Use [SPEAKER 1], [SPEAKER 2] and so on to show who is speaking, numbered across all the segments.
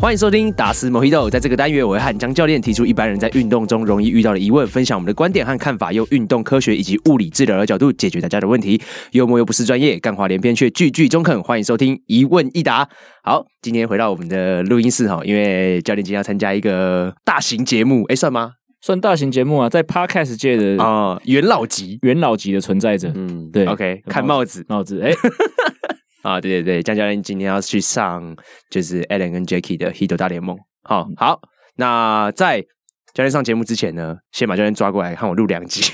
[SPEAKER 1] 欢迎收听达斯摩希豆。在这个单元，我会和江教练提出一般人在运动中容易遇到的疑问，分享我们的观点和看法，用运动科学以及物理治疗的角度解决大家的问题。幽默又不是专业，干话连篇却句句中肯。欢迎收听一问一答。好，今天回到我们的录音室哈，因为教练今天要参加一个大型节目，哎，算吗？
[SPEAKER 2] 算大型节目啊，在 podcast 界的
[SPEAKER 1] 啊、元老级。
[SPEAKER 2] 元老级的存在者，
[SPEAKER 1] 嗯，
[SPEAKER 2] 对
[SPEAKER 1] ，OK，看帽子
[SPEAKER 2] 脑子哎，
[SPEAKER 1] 啊，对对对，江教练今天要去上就是 Alan 跟 Jackie 的 Hito 大联盟。好、
[SPEAKER 2] 嗯
[SPEAKER 1] 好，那在教练上节目之前呢，先把教练抓过来，看我录两集。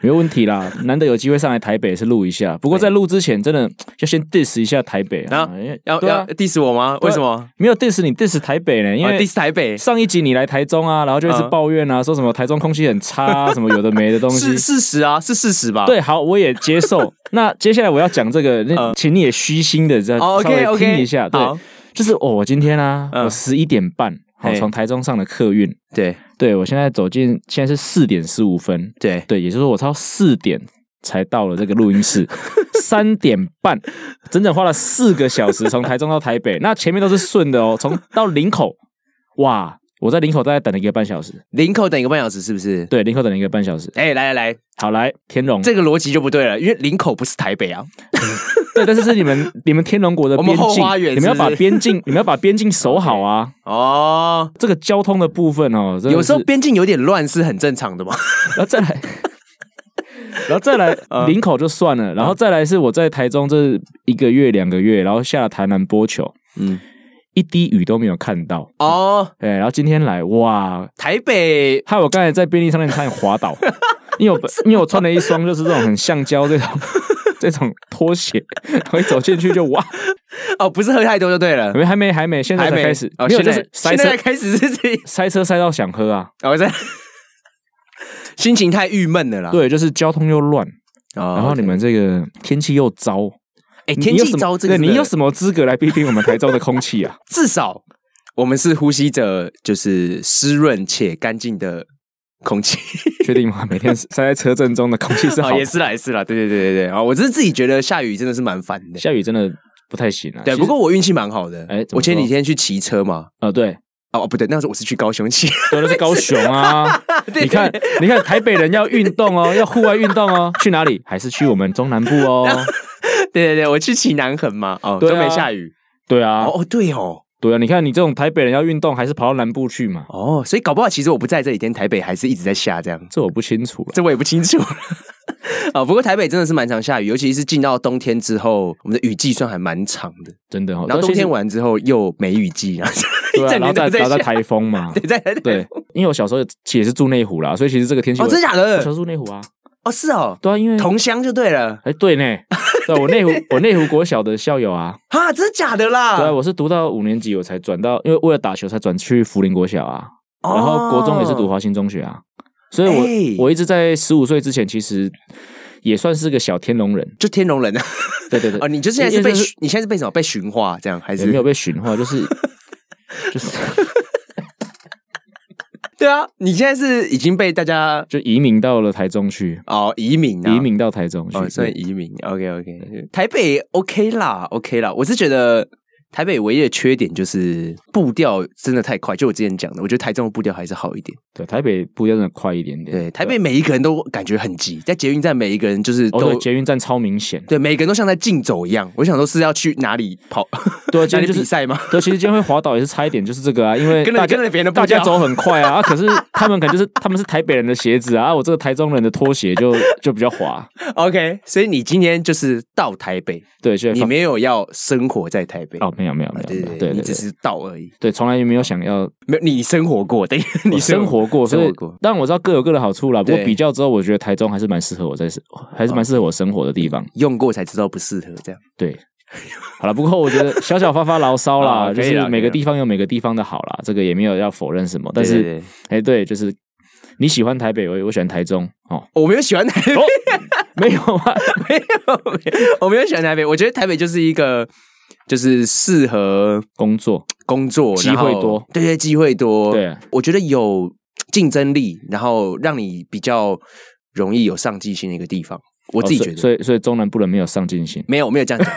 [SPEAKER 2] 没有问题啦，难得有机会上来台北是录一下。不过在录之前，真的要先 diss 一下台北啊
[SPEAKER 1] 啊，
[SPEAKER 2] 因为
[SPEAKER 1] 要、
[SPEAKER 2] 对啊
[SPEAKER 1] 要 diss 我吗？
[SPEAKER 2] 对
[SPEAKER 1] 为
[SPEAKER 2] 啊
[SPEAKER 1] 什么？
[SPEAKER 2] 没有 diss 你 diss 台北呢？因
[SPEAKER 1] 啊
[SPEAKER 2] 为
[SPEAKER 1] diss 台北
[SPEAKER 2] 上一集你来台中啊，然后就一直
[SPEAKER 1] 嗯
[SPEAKER 2] 抱怨啊，说什么台中空气很 差啊，什么有的没的东西
[SPEAKER 1] 是。事实啊，是事实吧？
[SPEAKER 2] 对，好，我也接 受。那接下来我要讲这个，那
[SPEAKER 1] 嗯
[SPEAKER 2] 请你也虚心的再稍
[SPEAKER 1] 哦，OK，OK，
[SPEAKER 2] 微听一下。对
[SPEAKER 1] 好，
[SPEAKER 2] 就是哦，我今天啊，
[SPEAKER 1] 嗯
[SPEAKER 2] 我十一点半，好
[SPEAKER 1] 嘿
[SPEAKER 2] 从台中上的客运，
[SPEAKER 1] 对
[SPEAKER 2] 对我现在走进，现在是四点十五分，
[SPEAKER 1] 对，
[SPEAKER 2] 对，也就是说我超四点才到了这个录 音室，三点半，整整花了四个小时从台中到台北，那前面都是顺的哦，从到林口，哇，我在林口大概等了一个半小时，
[SPEAKER 1] 林口等一个半小时是不是？
[SPEAKER 2] 对，嗯林口等了一个半小时，
[SPEAKER 1] 哎、来来来，
[SPEAKER 2] 好来天龙，
[SPEAKER 1] 这个逻辑就不对了，因为林口不是台北啊。
[SPEAKER 2] 对，但是是 你们你们天龙国的
[SPEAKER 1] 我
[SPEAKER 2] 边
[SPEAKER 1] 们
[SPEAKER 2] 境，
[SPEAKER 1] 后花园
[SPEAKER 2] 你们要
[SPEAKER 1] 是不
[SPEAKER 2] 把
[SPEAKER 1] 是
[SPEAKER 2] 边境，你们要把边境守好 啊，
[SPEAKER 1] 哦，
[SPEAKER 2] 这个交通的部分哦，真的
[SPEAKER 1] 有时候
[SPEAKER 2] 是
[SPEAKER 1] 边境有点乱是很正常的嘛。
[SPEAKER 2] 然后再来，然后 再来
[SPEAKER 1] 啊
[SPEAKER 2] 林口就算了，然后再来是我在台中这一个月两个月，然后下台南播球，
[SPEAKER 1] 嗯，
[SPEAKER 2] 一滴雨都没有看到。
[SPEAKER 1] 哦，
[SPEAKER 2] 哎，然后今天来哇，
[SPEAKER 1] 台北
[SPEAKER 2] 害我刚才在便利商店差点滑倒， 因 为我因为我穿了一双就是这种很橡胶这种这种拖鞋，然后一走进去就哇，
[SPEAKER 1] 哦，不是喝太多就 对了
[SPEAKER 2] 没。还没还没，现在
[SPEAKER 1] 还
[SPEAKER 2] 才
[SPEAKER 1] 没
[SPEAKER 2] 开始，
[SPEAKER 1] 哦，
[SPEAKER 2] 没有
[SPEAKER 1] 现在
[SPEAKER 2] 就是塞
[SPEAKER 1] 现在
[SPEAKER 2] 车
[SPEAKER 1] 开始是 这，
[SPEAKER 2] 塞车塞到想喝啊，
[SPEAKER 1] 我 在心情太郁闷了啦。
[SPEAKER 2] 对，就是交通又乱，
[SPEAKER 1] 啊哦，
[SPEAKER 2] 然后你们这个天气又糟，
[SPEAKER 1] 哎，
[SPEAKER 2] 你
[SPEAKER 1] 天
[SPEAKER 2] 有
[SPEAKER 1] 气
[SPEAKER 2] 什么
[SPEAKER 1] 糟这个
[SPEAKER 2] 对
[SPEAKER 1] 是
[SPEAKER 2] 你
[SPEAKER 1] 真的
[SPEAKER 2] 有什么资格来批评我们台中的空 气啊？
[SPEAKER 1] 至少我们是呼吸着就是湿润且干净的空 气。
[SPEAKER 2] 确定吗？每天塞在车阵中的空气是好
[SPEAKER 1] 啊，
[SPEAKER 2] 的，
[SPEAKER 1] 也是啦，也是啦，对对对对对啊！我只是自己觉得下雨真的是蛮烦的。
[SPEAKER 2] 下雨真的不太行啊。
[SPEAKER 1] 对，
[SPEAKER 2] 其实
[SPEAKER 1] 不过我运气蛮好的。
[SPEAKER 2] 哎怎么
[SPEAKER 1] 我前几
[SPEAKER 2] 说
[SPEAKER 1] 天去骑车嘛，
[SPEAKER 2] 呃，对，
[SPEAKER 1] 哦不对，那时候我是去高雄 骑。
[SPEAKER 2] 对，那是高雄啊。
[SPEAKER 1] 对
[SPEAKER 2] 你看，你看，台北人要运动哦， 要户外运动哦，去哪里？还是去我们中南部 哦？
[SPEAKER 1] 对对对，我去骑南横嘛，哦
[SPEAKER 2] 对啊
[SPEAKER 1] 都没下雨。
[SPEAKER 2] 对啊，
[SPEAKER 1] 哦哦对哦
[SPEAKER 2] 对啊，你看你这种台北人要运动，还是跑到南部去嘛？
[SPEAKER 1] 哦，所以搞不好其实我不在这几天，台北还是一直在下这样。
[SPEAKER 2] 这我不清楚了。
[SPEAKER 1] 这我也不清 楚啊。不过台北真的是蛮常下雨，尤其是进到冬天之后，我们的雨季算还蛮长的。
[SPEAKER 2] 真的哦。
[SPEAKER 1] 然后冬天完之后又没雨季，然后
[SPEAKER 2] 对
[SPEAKER 1] 一
[SPEAKER 2] 啊，
[SPEAKER 1] 整
[SPEAKER 2] 然后
[SPEAKER 1] 年
[SPEAKER 2] 再
[SPEAKER 1] 都在
[SPEAKER 2] 然后再
[SPEAKER 1] 下。
[SPEAKER 2] 台风嘛。
[SPEAKER 1] 对，在在
[SPEAKER 2] 对，因为我小时候也是住内湖啦，所以其实这个天气
[SPEAKER 1] 哦，
[SPEAKER 2] 我
[SPEAKER 1] 真的假
[SPEAKER 2] 我小时
[SPEAKER 1] 的？
[SPEAKER 2] 候住内湖啊。
[SPEAKER 1] 哦，是哦，
[SPEAKER 2] 对啊，因为
[SPEAKER 1] 同乡就对了
[SPEAKER 2] 哎， 对呢，对我内湖我内湖国小的校友啊，
[SPEAKER 1] 啊，真的假的啦？
[SPEAKER 2] 对啊，我是读到五年级我才转到，因为为了打球才转去福林国小啊，然后国中也是读
[SPEAKER 1] 哦
[SPEAKER 2] 华新中学啊，所以我、
[SPEAKER 1] 哎
[SPEAKER 2] 我一直在十五岁之前其实也算是个小天龙人，
[SPEAKER 1] 就天龙人啊。
[SPEAKER 2] 对对对，
[SPEAKER 1] 哦，你就现在是被
[SPEAKER 2] 因为就是
[SPEAKER 1] 驯你现在是被什么被驯化这样还
[SPEAKER 2] 也
[SPEAKER 1] 是
[SPEAKER 2] 没有？被驯化，就是 就是
[SPEAKER 1] 对啊，你现在是已经被大家
[SPEAKER 2] 就移民到了台中去，
[SPEAKER 1] 哦移民啊
[SPEAKER 2] 移。民到台中去，
[SPEAKER 1] 哦，算
[SPEAKER 2] 对
[SPEAKER 1] 移民，OK OK，台北 OK 啦，OK 啦，我是觉得台北唯一的缺点就是步调真的太快，就我之前讲的，我觉得台中的步调还是好一点。
[SPEAKER 2] 对台北步调真的快一点点，
[SPEAKER 1] 对，台北每一个人都感觉很急，在捷运站每一个人就是
[SPEAKER 2] 啊哦
[SPEAKER 1] 都、
[SPEAKER 2] 对捷运站超 明显，
[SPEAKER 1] 对，每个人都像在竞走一样。我想说是要去哪里跑，
[SPEAKER 2] 对啊，今
[SPEAKER 1] 哪
[SPEAKER 2] 天
[SPEAKER 1] 里
[SPEAKER 2] 就
[SPEAKER 1] 比
[SPEAKER 2] 是。
[SPEAKER 1] 赛吗？
[SPEAKER 2] 对，其实今天会滑倒也是差一点，就是这个啊，因为
[SPEAKER 1] 跟
[SPEAKER 2] 大
[SPEAKER 1] 着
[SPEAKER 2] 家
[SPEAKER 1] 跟着别人的
[SPEAKER 2] 大
[SPEAKER 1] 步
[SPEAKER 2] 家
[SPEAKER 1] 调
[SPEAKER 2] 走很快啊，啊可是他们可能就是他们是台北人的鞋子啊，啊我这个台中人的拖鞋就就比较滑，
[SPEAKER 1] OK，所以你今天就是到台北，
[SPEAKER 2] 对，所以
[SPEAKER 1] 你
[SPEAKER 2] 放
[SPEAKER 1] 没有要生活在台北，
[SPEAKER 2] 哦，没有没有
[SPEAKER 1] 啊
[SPEAKER 2] 没有，
[SPEAKER 1] 对
[SPEAKER 2] 没有
[SPEAKER 1] 对
[SPEAKER 2] 对
[SPEAKER 1] 对，你
[SPEAKER 2] 对
[SPEAKER 1] 只
[SPEAKER 2] 对
[SPEAKER 1] 是到而已，
[SPEAKER 2] 对，从来也没有想要
[SPEAKER 1] 没有你生活过，等于你
[SPEAKER 2] 我生活过，所
[SPEAKER 1] 生
[SPEAKER 2] 以
[SPEAKER 1] 活过。
[SPEAKER 2] 当然我知道各有各的好处啦。不
[SPEAKER 1] 对哦
[SPEAKER 2] 过比较之后，我觉得台中还是蛮适合我在，还是蛮适合我生活的地方。
[SPEAKER 1] 用过才知道不适合这样。
[SPEAKER 2] 对，好了，不过我觉得小小发发牢骚
[SPEAKER 1] 啊
[SPEAKER 2] 啦，
[SPEAKER 1] 可
[SPEAKER 2] 就
[SPEAKER 1] 以啦
[SPEAKER 2] 是每
[SPEAKER 1] 可以
[SPEAKER 2] 个
[SPEAKER 1] 啦
[SPEAKER 2] 地方有每个地方的好啦，这个也没有要否认什么。
[SPEAKER 1] 对
[SPEAKER 2] 但
[SPEAKER 1] 对
[SPEAKER 2] 是，
[SPEAKER 1] 对
[SPEAKER 2] 哎，对，就是你喜欢台北，我我喜欢台中哦，
[SPEAKER 1] 我没有喜欢台北，
[SPEAKER 2] 没有啊，
[SPEAKER 1] 没 有没有，我没有喜欢台北。我觉得台北就是一个，就是适合
[SPEAKER 2] 工作
[SPEAKER 1] 工作
[SPEAKER 2] 机会，
[SPEAKER 1] 然后
[SPEAKER 2] 多
[SPEAKER 1] 对对，机会多。
[SPEAKER 2] 对，
[SPEAKER 1] 我觉得有竞争力，然后让你比较容易有上进心的一个地方。我自己觉
[SPEAKER 2] 哦
[SPEAKER 1] 得，
[SPEAKER 2] 所以所以所以中南部人没有上进 心。
[SPEAKER 1] 没有没有这样 讲。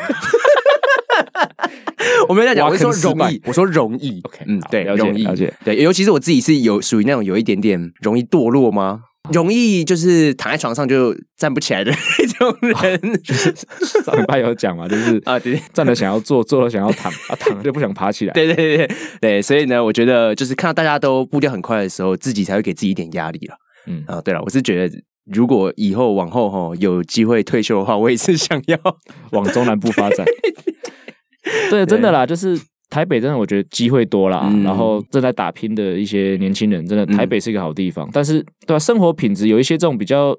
[SPEAKER 1] 我没有这样讲，
[SPEAKER 2] 挖
[SPEAKER 1] 我是说
[SPEAKER 2] 坑失败
[SPEAKER 1] 容易，我说容易。
[SPEAKER 2] OK，
[SPEAKER 1] 嗯，
[SPEAKER 2] 好
[SPEAKER 1] 对，
[SPEAKER 2] 了解
[SPEAKER 1] 容易，
[SPEAKER 2] 了解。
[SPEAKER 1] 对，尤其是我自己是有属于那种有一点点容易堕落吗？容易就是躺在床上就站不起来的那种
[SPEAKER 2] 哦
[SPEAKER 1] 人
[SPEAKER 2] 上礼拜有讲嘛，就是
[SPEAKER 1] 啊，对
[SPEAKER 2] 站了想要 坐，坐了想要躺，啊躺了就不想爬起 来。
[SPEAKER 1] 对对对对对，所以呢，我觉得就是看到大家都步调很快的时候，自己才会给自己一点压力了。
[SPEAKER 2] 嗯，
[SPEAKER 1] 啊，对了，我是觉得如果以后往后哈有机会退休的话，我也是想要
[SPEAKER 2] 往中南部发展。对，真的啦，就是台北真的我觉得机会多啦，
[SPEAKER 1] 嗯
[SPEAKER 2] 然后正在打拼的一些年轻人，真的
[SPEAKER 1] 嗯
[SPEAKER 2] 台北是一个好地方。但是对啊，生活品质有一些这种比较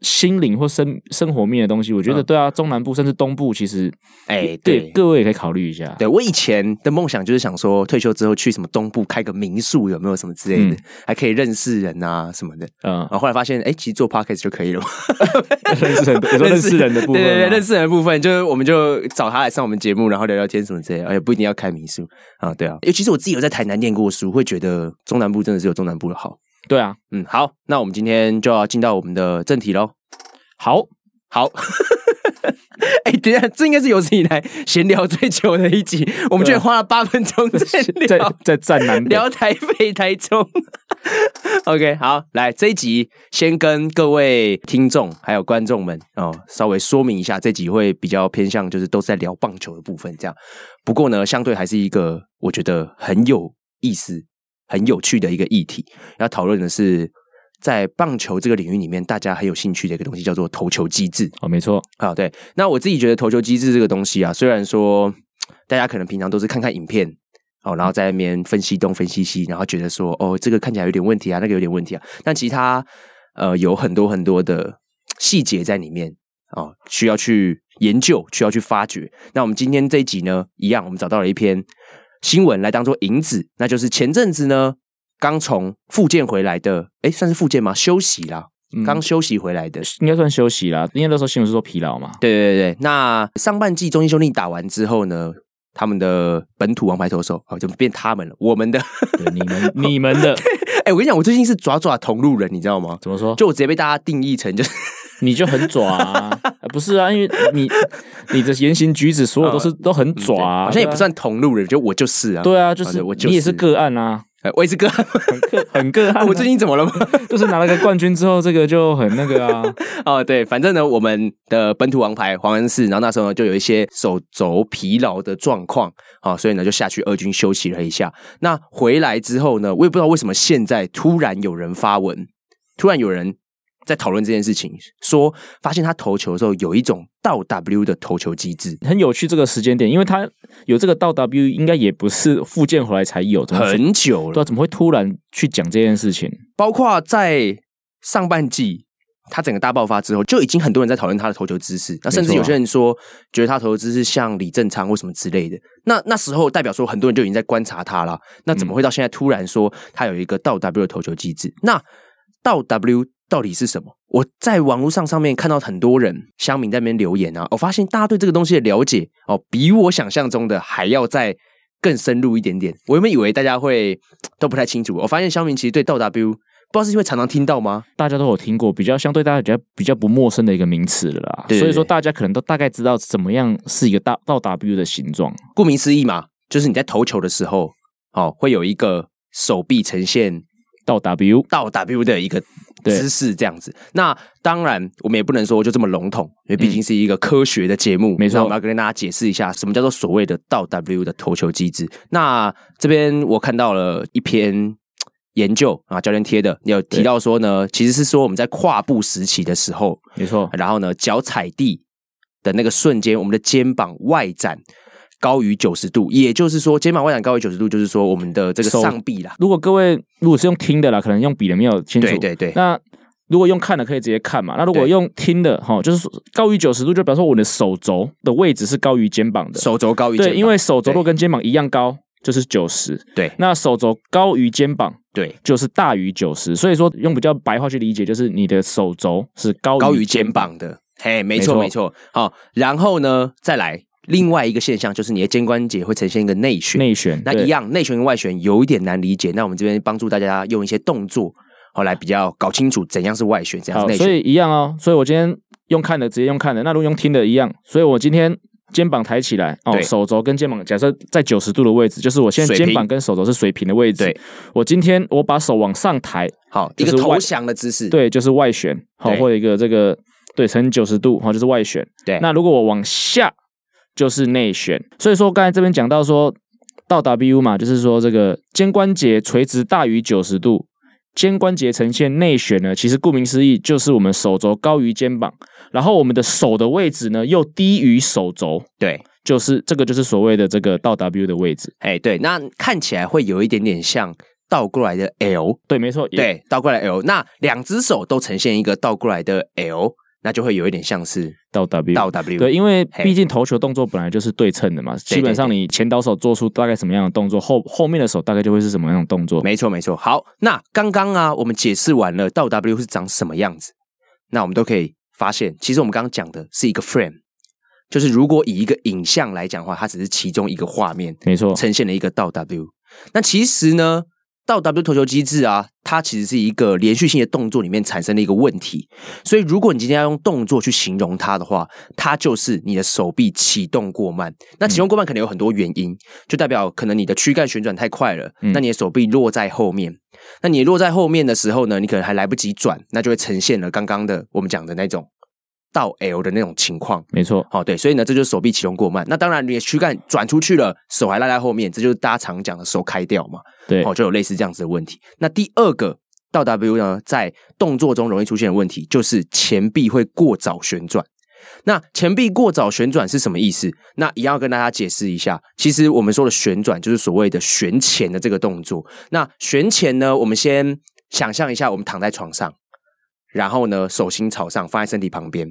[SPEAKER 2] 心灵或生生活面的东西，我觉得
[SPEAKER 1] 嗯
[SPEAKER 2] 对啊，中南部甚至东部其实
[SPEAKER 1] 哎，
[SPEAKER 2] 对
[SPEAKER 1] 对。
[SPEAKER 2] 各位也可以考虑一下。
[SPEAKER 1] 对我以前的梦想就是想说，退休之后去什么东部开个民宿，有没有什么之类的，
[SPEAKER 2] 嗯
[SPEAKER 1] 还可以认识人啊什么的。
[SPEAKER 2] 嗯
[SPEAKER 1] 然，后后来发现，哎，其实做 podcast 就可以了嘛。
[SPEAKER 2] 认识人，你说认识人的部分
[SPEAKER 1] 对
[SPEAKER 2] 吗，
[SPEAKER 1] 对对，认识人的部分，就是我们就找他来上我们节目，然后聊聊天什么之类的，而哎且不一定要开民宿啊。对啊，尤其是我自己有在台南念过书，会觉得中南部真的是有中南部的好。
[SPEAKER 2] 对啊。
[SPEAKER 1] 嗯，好，那我们今天就要进到我们的正题喽。
[SPEAKER 2] 好，
[SPEAKER 1] 好。 哎、等一下，这应该是有史以来闲聊最久的一集，我们居然花了八分钟在
[SPEAKER 2] 在
[SPEAKER 1] 聊
[SPEAKER 2] 在站南北，
[SPEAKER 1] 聊台北、台中。OK，好，来这一集先跟各位听众还有观众们哦，稍微说明一下，这集会比较偏向就是都是在聊棒球的部分这样。不过呢，相对还是一个我觉得很有意思、很有趣的一个议题，要讨论的是。在棒球这个领域里面，大家很有兴趣的一个东西叫做投球机制。
[SPEAKER 2] 哦，没错，
[SPEAKER 1] 啊，对。那我自己觉得投球机制这个东西啊，虽然说大家可能平常都是看看影片。哦，然后在那边分析东分析西，然后觉得说，哦，这个看起来有点问题啊，那个有点问题啊。但其他呃有很多很多的细节在里面哦，需要去研究，需要去发掘。那我们今天这一集呢，一样，我们找到了一篇新闻来当做引子，那就是前阵子呢刚从复健回来的，诶，算是复健吗？休息啦，
[SPEAKER 2] 嗯
[SPEAKER 1] 刚休息回来的
[SPEAKER 2] 应该算休息啦，因为那时候新闻是说疲劳嘛，
[SPEAKER 1] 对对对，对那上半季中信兄弟打完之后呢，他们的本土王牌投手哦，就变他们了。我们的，
[SPEAKER 2] 对你们你们的
[SPEAKER 1] 哎、我跟你讲，我最近是爪爪同路人，你知道吗？
[SPEAKER 2] 怎么说？
[SPEAKER 1] 就我直接被大家定义成就是
[SPEAKER 2] 你就很爪啊，呃不是啊？因为你你的言行举止，所有都是都很爪啊，
[SPEAKER 1] 好像也不算同路人，就我就是啊。
[SPEAKER 2] 对啊。对啊，就
[SPEAKER 1] 好的
[SPEAKER 2] 是
[SPEAKER 1] 我就是
[SPEAKER 2] 你也是个案啊，
[SPEAKER 1] 哎，我也是 个，
[SPEAKER 2] 很个很个案啊。
[SPEAKER 1] 我最近怎么了吗？
[SPEAKER 2] 就是拿了个冠军之后，这个就很那个啊，
[SPEAKER 1] 哦，对，反正呢，我们的本土王牌黄恩寺，然后那时候呢就有一些手肘疲劳的状况，啊、所以呢就下去二军休息了一下。那回来之后呢，我也不知道为什么现在突然有人发文，突然有人在讨论这件事情，说发现他投球的时候有一种倒 W 的投球机制，
[SPEAKER 2] 很有趣这个时间点，因为他有这个到 W，应该也不是复健回来才有，怎么会
[SPEAKER 1] 很久
[SPEAKER 2] 对
[SPEAKER 1] 了，
[SPEAKER 2] 啊，怎么会突然去讲这件事情？
[SPEAKER 1] 包括在上半季。他整个大爆发之后，就已经很多人在讨论他的投球姿势，那甚至
[SPEAKER 2] 没错啊
[SPEAKER 1] 有些人说，觉得他投球姿势像李正昌或什么之类的。那那时候代表说，很多人就已经在观察他了。那怎么会到现在突然说他有一个倒 W 的投球机制？那倒 W 到底是什么？我在网络上上面看到很多人乡民在那边留言啊，我发现大家对这个东西的了解哦，比我想象中的还要再更深入一点点。我原本以为大家会都不太清楚，我发现乡民其实对倒 W 不知道是因为常常听到吗？
[SPEAKER 2] 大家都有听过，比较相对大家比较比较不陌生的一个名词了啦，
[SPEAKER 1] 对
[SPEAKER 2] 所以说大家可能都大概知道怎么样是一个大到 W 的形状。
[SPEAKER 1] 顾名思义嘛，就是你在投球的时候，哦，会有一个手臂呈现
[SPEAKER 2] 到 W，
[SPEAKER 1] 到 W 的一个
[SPEAKER 2] 对
[SPEAKER 1] 姿势这样子。那当然，我们也不能说就这么笼统，因为毕竟是一个科学的节目，
[SPEAKER 2] 嗯没错
[SPEAKER 1] 那我们要跟大家解释一下什么叫做所谓的到 W 的投球机制。那这边我看到了一篇。研究啊，教练贴的有提到说呢，其实是说我们在跨步时期的时候，
[SPEAKER 2] 没错，
[SPEAKER 1] 然后呢，脚踩地的那个瞬间，我们的肩膀外展高于九十度，也就是说，肩膀外展高于九十度，就是说我们的这个
[SPEAKER 2] 手
[SPEAKER 1] 上臂啦，
[SPEAKER 2] 如果各位如果是用听的啦，可能用笔的没有清楚。
[SPEAKER 1] 对对对，
[SPEAKER 2] 那如果用看的可以直接看嘛。那如果
[SPEAKER 1] 对
[SPEAKER 2] 用听的哈，就是说高于九十度，就表示我的手肘的位置是高于肩膀的。
[SPEAKER 1] 手肘高于肩
[SPEAKER 2] 对，
[SPEAKER 1] 膀
[SPEAKER 2] 因为手肘
[SPEAKER 1] 对
[SPEAKER 2] 若跟肩膀一样高，就是九十。
[SPEAKER 1] 对
[SPEAKER 2] 那手肘高于肩膀
[SPEAKER 1] 对
[SPEAKER 2] 就是大于九十，所以说用比较白话去理解，就是你的手肘是高
[SPEAKER 1] 高于
[SPEAKER 2] 肩
[SPEAKER 1] 肩。膀的，嘿，没错
[SPEAKER 2] 没错
[SPEAKER 1] 没错。好，然后呢，再来另外一个现象就是你的肩关节会呈现一个内旋，
[SPEAKER 2] 内旋
[SPEAKER 1] 那
[SPEAKER 2] 对
[SPEAKER 1] 一样内旋跟外旋有一点难理解，那我们这边帮助大家用一些动作，好来比较搞清楚怎样是外旋，怎样
[SPEAKER 2] 好
[SPEAKER 1] 是，内
[SPEAKER 2] 所
[SPEAKER 1] 旋。
[SPEAKER 2] 以一样哦。所以我今天用看的直接用看的，那如果用听的一样。所以我今天肩膀抬起来哦，
[SPEAKER 1] 对
[SPEAKER 2] 手肘跟肩膀假设在九十度的位置，就是我现在
[SPEAKER 1] 水平
[SPEAKER 2] 肩膀跟手肘是水平的位置。
[SPEAKER 1] 对，
[SPEAKER 2] 我今天我把手往上抬，
[SPEAKER 1] 好，一
[SPEAKER 2] 就是
[SPEAKER 1] 个投
[SPEAKER 2] 外
[SPEAKER 1] 降的姿势，
[SPEAKER 2] 对，就是外旋，好、
[SPEAKER 1] 对
[SPEAKER 2] 或者一个这个对乘九十度，好、哦就是外旋。
[SPEAKER 1] 对
[SPEAKER 2] 那如果我往下就是内旋。所以说刚才这边讲到说到 W 嘛，就是说这个肩关节垂直大于九十度，肩关节呈现内旋呢，其实顾名思义就是我们手肘高于肩膀，然后我们的手的位置呢又低于手肘，
[SPEAKER 1] 对，
[SPEAKER 2] 就是这个就是所谓的这个到 W 的位置。
[SPEAKER 1] 哎对，那看起来会有一点点像倒过来的 L，
[SPEAKER 2] 对，没错，也，
[SPEAKER 1] 对，倒过来 L，那两只手都呈现一个倒过来的 L，那就会有一点像是
[SPEAKER 2] 到 W。
[SPEAKER 1] 倒 W，
[SPEAKER 2] 对，因为
[SPEAKER 1] 嘿
[SPEAKER 2] 毕竟投球动作本来就是对称的嘛，基本上你前导手做出大概什么样的动作，后后面的手大概就会是什么样的动作。
[SPEAKER 1] 没错，没错。好，那刚刚啊，我们解释完了倒 W 是长什么样子，那我们都可以发现，其实我们刚刚讲的是一个 frame，就是如果以一个影像来讲的话，它只是其中一个画面
[SPEAKER 2] 没错，
[SPEAKER 1] 呈现了一个倒 W。那其实呢，倒 W 投球机制啊，它其实是一个连续性的动作里面产生的一个问题。所以，如果你今天要用动作去形容它的话，它就是你的手臂启动过慢。那启动过慢可能有很多原因，就代表可能你的躯干旋转太快了，
[SPEAKER 2] 嗯
[SPEAKER 1] 那你的手臂落在后面。那你落在后面的时候呢，你可能还来不及转，那就会呈现了刚刚的我们讲的那种倒 L 的那种情况。
[SPEAKER 2] 没错，
[SPEAKER 1] 好、对，所以呢，这就是手臂启动过慢。那当然，你的躯干转出去了，手还拉在后面，这就是大家常讲的手开掉嘛。
[SPEAKER 2] 对
[SPEAKER 1] 哦，，就有类似这样子的问题。那第二个倒 W 呢，在动作中容易出现的问题就是前臂会过早旋转。那前臂过早旋转是什么意思？那一样要跟大家解释一下。其实我们说的旋转就是所谓的旋前的这个动作。那旋前呢，我们先想象一下，我们躺在床上，然后呢，手心朝上放在身体旁边。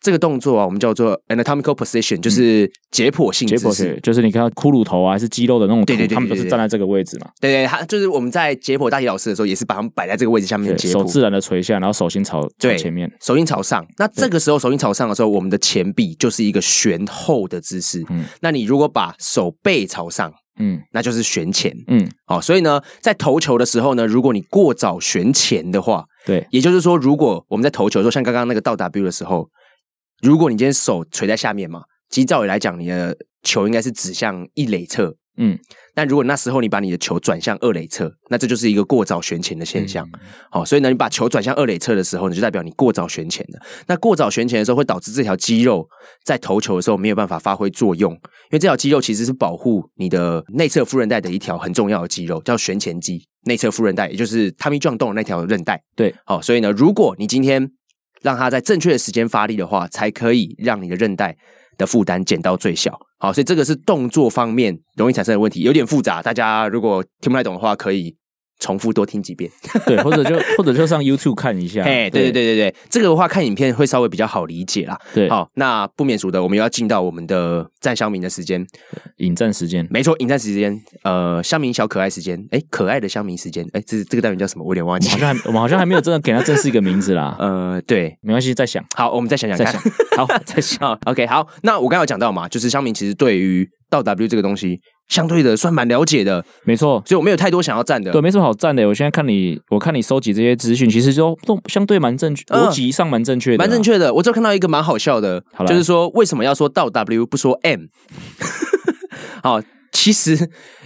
[SPEAKER 1] 这个动作啊，我们叫做 anatomical position，就是解剖性
[SPEAKER 2] 嗯解
[SPEAKER 1] 姿
[SPEAKER 2] 剖
[SPEAKER 1] 势。
[SPEAKER 2] 学就是你看到骷髅头啊，还是肌肉的那种
[SPEAKER 1] 对对
[SPEAKER 2] 图，
[SPEAKER 1] 对
[SPEAKER 2] 他们都
[SPEAKER 1] 对
[SPEAKER 2] 是
[SPEAKER 1] 对
[SPEAKER 2] 站在这个位置嘛，
[SPEAKER 1] 对对，他就是我们在解剖大体老师的时候，也是把他们摆在这个位置下面
[SPEAKER 2] 对，
[SPEAKER 1] 解
[SPEAKER 2] 手
[SPEAKER 1] 剖，
[SPEAKER 2] 自然的垂下，然后手心朝朝
[SPEAKER 1] 对
[SPEAKER 2] 前面。
[SPEAKER 1] 手心朝上。那这个时候手心朝上的时候，我们的前臂就是一个旋后的姿势。
[SPEAKER 2] 嗯
[SPEAKER 1] 那你如果把手背朝上，
[SPEAKER 2] 嗯
[SPEAKER 1] 那就是旋前。
[SPEAKER 2] 嗯，
[SPEAKER 1] 好、所以呢，在投球的时候呢，如果你过早旋前的话，
[SPEAKER 2] 对，
[SPEAKER 1] 也就是说，如果我们在投球的时候，像刚刚那个到 W 的时候，如果你今天手垂在下面嘛，其实照理来讲，你的球应该是指向一垒侧。
[SPEAKER 2] 嗯，
[SPEAKER 1] 但如果那时候你把你的球转向二垒侧，那这就是一个过早旋前的现象。好、所以呢，你把球转向二垒侧的时候，你就代表你过早旋前了。那过早旋前的时候，会导致这条肌肉在投球的时候没有办法发挥作用，因为这条肌肉其实是保护你的内侧副韧带的一条很重要的肌肉，叫旋前肌。内侧副韧带，也就是他们撞动的那条韧带。
[SPEAKER 2] 对，
[SPEAKER 1] 好、所以呢，如果你今天让它在正确的时间发力的话，才可以让你的韧带的负担减到最小。好，所以这个是动作方面容易产生的问题，有点复杂。大家如果听不太懂的话，可以重复多听几遍。
[SPEAKER 2] 对，或者 就或者就上 YouTube 看一下。
[SPEAKER 1] 嘿，对对对对对，这个的话看影片会稍微比较好理解啦。
[SPEAKER 2] 对，
[SPEAKER 1] 好，那不免俗的，我们又要进到我们的赞乡民的时间。
[SPEAKER 2] 引战时间。
[SPEAKER 1] 没错，引战时间，呃，乡民小可爱时间，哎，可爱的乡民时间，哎，这这个单元叫什么？我有点忘
[SPEAKER 2] 我们
[SPEAKER 1] 记
[SPEAKER 2] 好。像还我们好像还没有真的给它正式一个名 字啦，
[SPEAKER 1] 呃，对，
[SPEAKER 2] 没关系，再想
[SPEAKER 1] 好，我们再想想
[SPEAKER 2] 再
[SPEAKER 1] 看
[SPEAKER 2] 想。，好再想。
[SPEAKER 1] 啊，OK，好，那我刚刚有讲到嘛，就是乡民其实对于到 W 这个东西，相对的算蛮了解的，
[SPEAKER 2] 没错，
[SPEAKER 1] 所以我没有太多想要站的。
[SPEAKER 2] 对，没什么好赞的。我现在看你，我看你收集这些资讯，其实都都相对蛮正确，
[SPEAKER 1] 嗯
[SPEAKER 2] 逻辑上蛮正确的，
[SPEAKER 1] 蛮正。确的，我就看到一个蛮好笑的
[SPEAKER 2] 啊好，啦
[SPEAKER 1] 就是说为什么要说到 W 不说 M？好，其实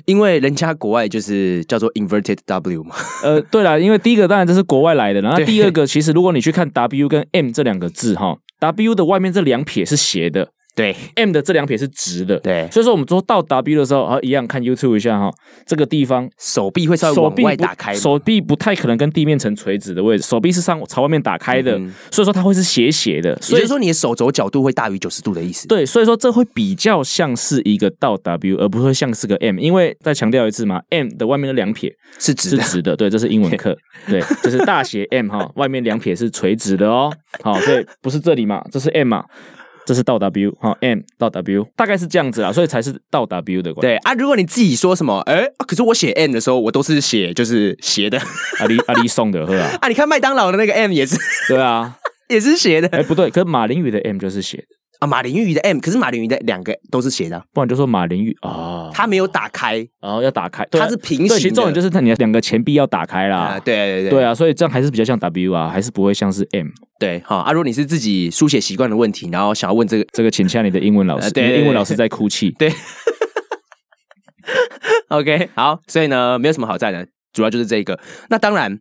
[SPEAKER 1] 因为人家国外就是叫做 inverted W 嘛，
[SPEAKER 2] 呃，对了，因为第一个当然这是国外来的，然后
[SPEAKER 1] 对
[SPEAKER 2] 第二个其实如果你去看 W 跟 M 这两个字哈，W 的外面这两撇是斜的
[SPEAKER 1] 对
[SPEAKER 2] ，M 的这两撇是直的。
[SPEAKER 1] 对，
[SPEAKER 2] 所以说我们说到 W 的时候，啊，一样看 YouTube 一下哈，这个地方
[SPEAKER 1] 手臂会稍微
[SPEAKER 2] 手
[SPEAKER 1] 往
[SPEAKER 2] 臂
[SPEAKER 1] 外
[SPEAKER 2] 不
[SPEAKER 1] 打开嘛，
[SPEAKER 2] 手臂不太可能跟地面呈垂直的位置，手臂是上朝外面打开的，
[SPEAKER 1] 嗯
[SPEAKER 2] 所以说它会是斜斜的，
[SPEAKER 1] 也就
[SPEAKER 2] 所以
[SPEAKER 1] 是说你的手肘角度会大于九十度的意思。
[SPEAKER 2] 对，所以说这会比较像是一个倒 W，而不会像是个 M，因为再强调一次嘛，M 的外面的两撇
[SPEAKER 1] 是直
[SPEAKER 2] 是
[SPEAKER 1] 的。
[SPEAKER 2] 直的，对，这是英文课，对，这是大写 M 哈，外面两撇是垂直的哦，好，所以不是这里嘛，这是 M 嘛，这是倒 W 哈，M 倒 W 大概是这样子啦，所以才是倒 W 的关
[SPEAKER 1] 对啊，如果你自己说什么，哎、啊可是我写 M 的时候，我都是写就是斜的
[SPEAKER 2] 阿里阿里送的呵啊，
[SPEAKER 1] 啊。你看麦当劳的那个 M 也是
[SPEAKER 2] 对啊，
[SPEAKER 1] 也是斜的，
[SPEAKER 2] 哎不对，可是马林鱼的 M 就是斜的，
[SPEAKER 1] 啊，马林鱼的 M，可是马林鱼的两个都是斜的啊，
[SPEAKER 2] 不然就说马林鱼啊，
[SPEAKER 1] 它没有打开
[SPEAKER 2] 然后要打开，对啊
[SPEAKER 1] 它是平行的。
[SPEAKER 2] 对，其实重点就是它你的两个前臂要打开
[SPEAKER 1] 啊，
[SPEAKER 2] 啦，
[SPEAKER 1] 对对对
[SPEAKER 2] 对啊，所以这样还是比较像 W 啊，还是不会像是 M。
[SPEAKER 1] 对，好啊。如果你是自己书写习惯的问题，然后想要问这个，
[SPEAKER 2] 这个请下你的英文老师
[SPEAKER 1] 呃，对
[SPEAKER 2] 你的英
[SPEAKER 1] 对
[SPEAKER 2] 文
[SPEAKER 1] 对
[SPEAKER 2] 老师在哭泣。
[SPEAKER 1] OK，好，所以呢，没有什么好赞的，主要就是这个。那当然，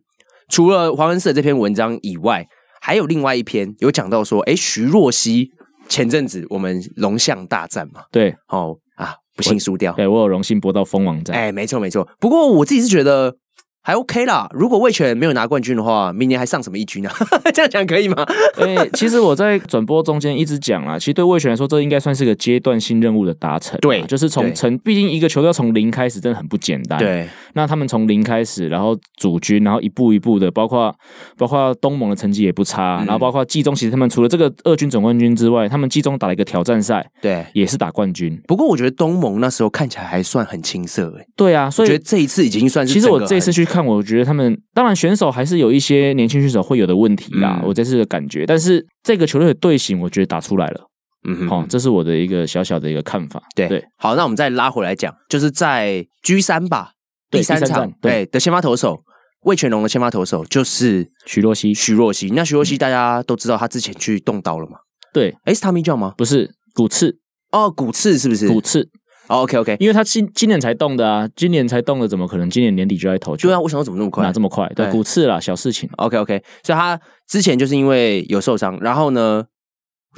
[SPEAKER 1] 除了黄文社这篇文章以外，还有另外一篇有讲到说，哎，徐若曦前阵子我们龙象大战嘛，
[SPEAKER 2] 对，
[SPEAKER 1] 哦啊，不幸输掉。
[SPEAKER 2] 对我啊有荣幸播到风网站，
[SPEAKER 1] 哎，没错没错。不过我自己是觉得还 OK 啦。如果魏权没有拿冠军的话，明年还上什么一军啊？ 这样讲可以吗？
[SPEAKER 2] 哎、其实我在转播中间一直讲啊，其实对魏权来说，这应该算是个阶段性任务的达成啊。
[SPEAKER 1] 对
[SPEAKER 2] 就是
[SPEAKER 1] 对
[SPEAKER 2] 从成，毕竟一个球队要从零开始，真的很不简单。，
[SPEAKER 1] 对，
[SPEAKER 2] 那他们从零开始，然后组军，然后一步一步的，包括包括东盟的成绩也不差，
[SPEAKER 1] 嗯
[SPEAKER 2] 然后包括季中，其实他们除了这个二军总冠军之外，他们季中打了一个挑战赛，
[SPEAKER 1] 对。
[SPEAKER 2] 也是打冠军。
[SPEAKER 1] 不过我觉得东盟那时候看起来还算很青涩、欸，
[SPEAKER 2] 对啊，所
[SPEAKER 1] 我觉
[SPEAKER 2] 以
[SPEAKER 1] 得这一次已经算是
[SPEAKER 2] 其实我
[SPEAKER 1] 整个
[SPEAKER 2] 这一次
[SPEAKER 1] 很
[SPEAKER 2] 去看，我觉得他们当然选手还是有一些年轻选手会有的问题啦，
[SPEAKER 1] 嗯
[SPEAKER 2] 我这次的感觉，但是这个球队的队形，我觉得打出来了。
[SPEAKER 1] 嗯
[SPEAKER 2] 好、
[SPEAKER 1] 哼，
[SPEAKER 2] 哦这是我的一个小小的一个看法。
[SPEAKER 1] 对
[SPEAKER 2] 对，
[SPEAKER 1] 好，那我们再拉回来讲，就是在 G 三吧，
[SPEAKER 2] 对
[SPEAKER 1] 第三
[SPEAKER 2] 第三
[SPEAKER 1] 场
[SPEAKER 2] 战对
[SPEAKER 1] 的先发投手魏全龙的先发投手就是
[SPEAKER 2] 徐若曦
[SPEAKER 1] 徐若曦。那徐若
[SPEAKER 2] 嗯
[SPEAKER 1] 曦大家都知道，他之前去动刀了嘛？
[SPEAKER 2] 对，
[SPEAKER 1] 诶，是他咪叫吗？
[SPEAKER 2] 不是骨刺，
[SPEAKER 1] 哦，骨刺是不是？
[SPEAKER 2] 骨刺，
[SPEAKER 1] 哦，OK OK，
[SPEAKER 2] 因为他今今年才动的啊，今年才动的，怎么可能今年年底就来投球？
[SPEAKER 1] 对啊，我想说怎么那么快
[SPEAKER 2] 哪这么快？
[SPEAKER 1] 对
[SPEAKER 2] 对，
[SPEAKER 1] 嗯
[SPEAKER 2] 骨刺啦，小事情。
[SPEAKER 1] ？OK OK，所以他之前就是因为有受伤，然后呢，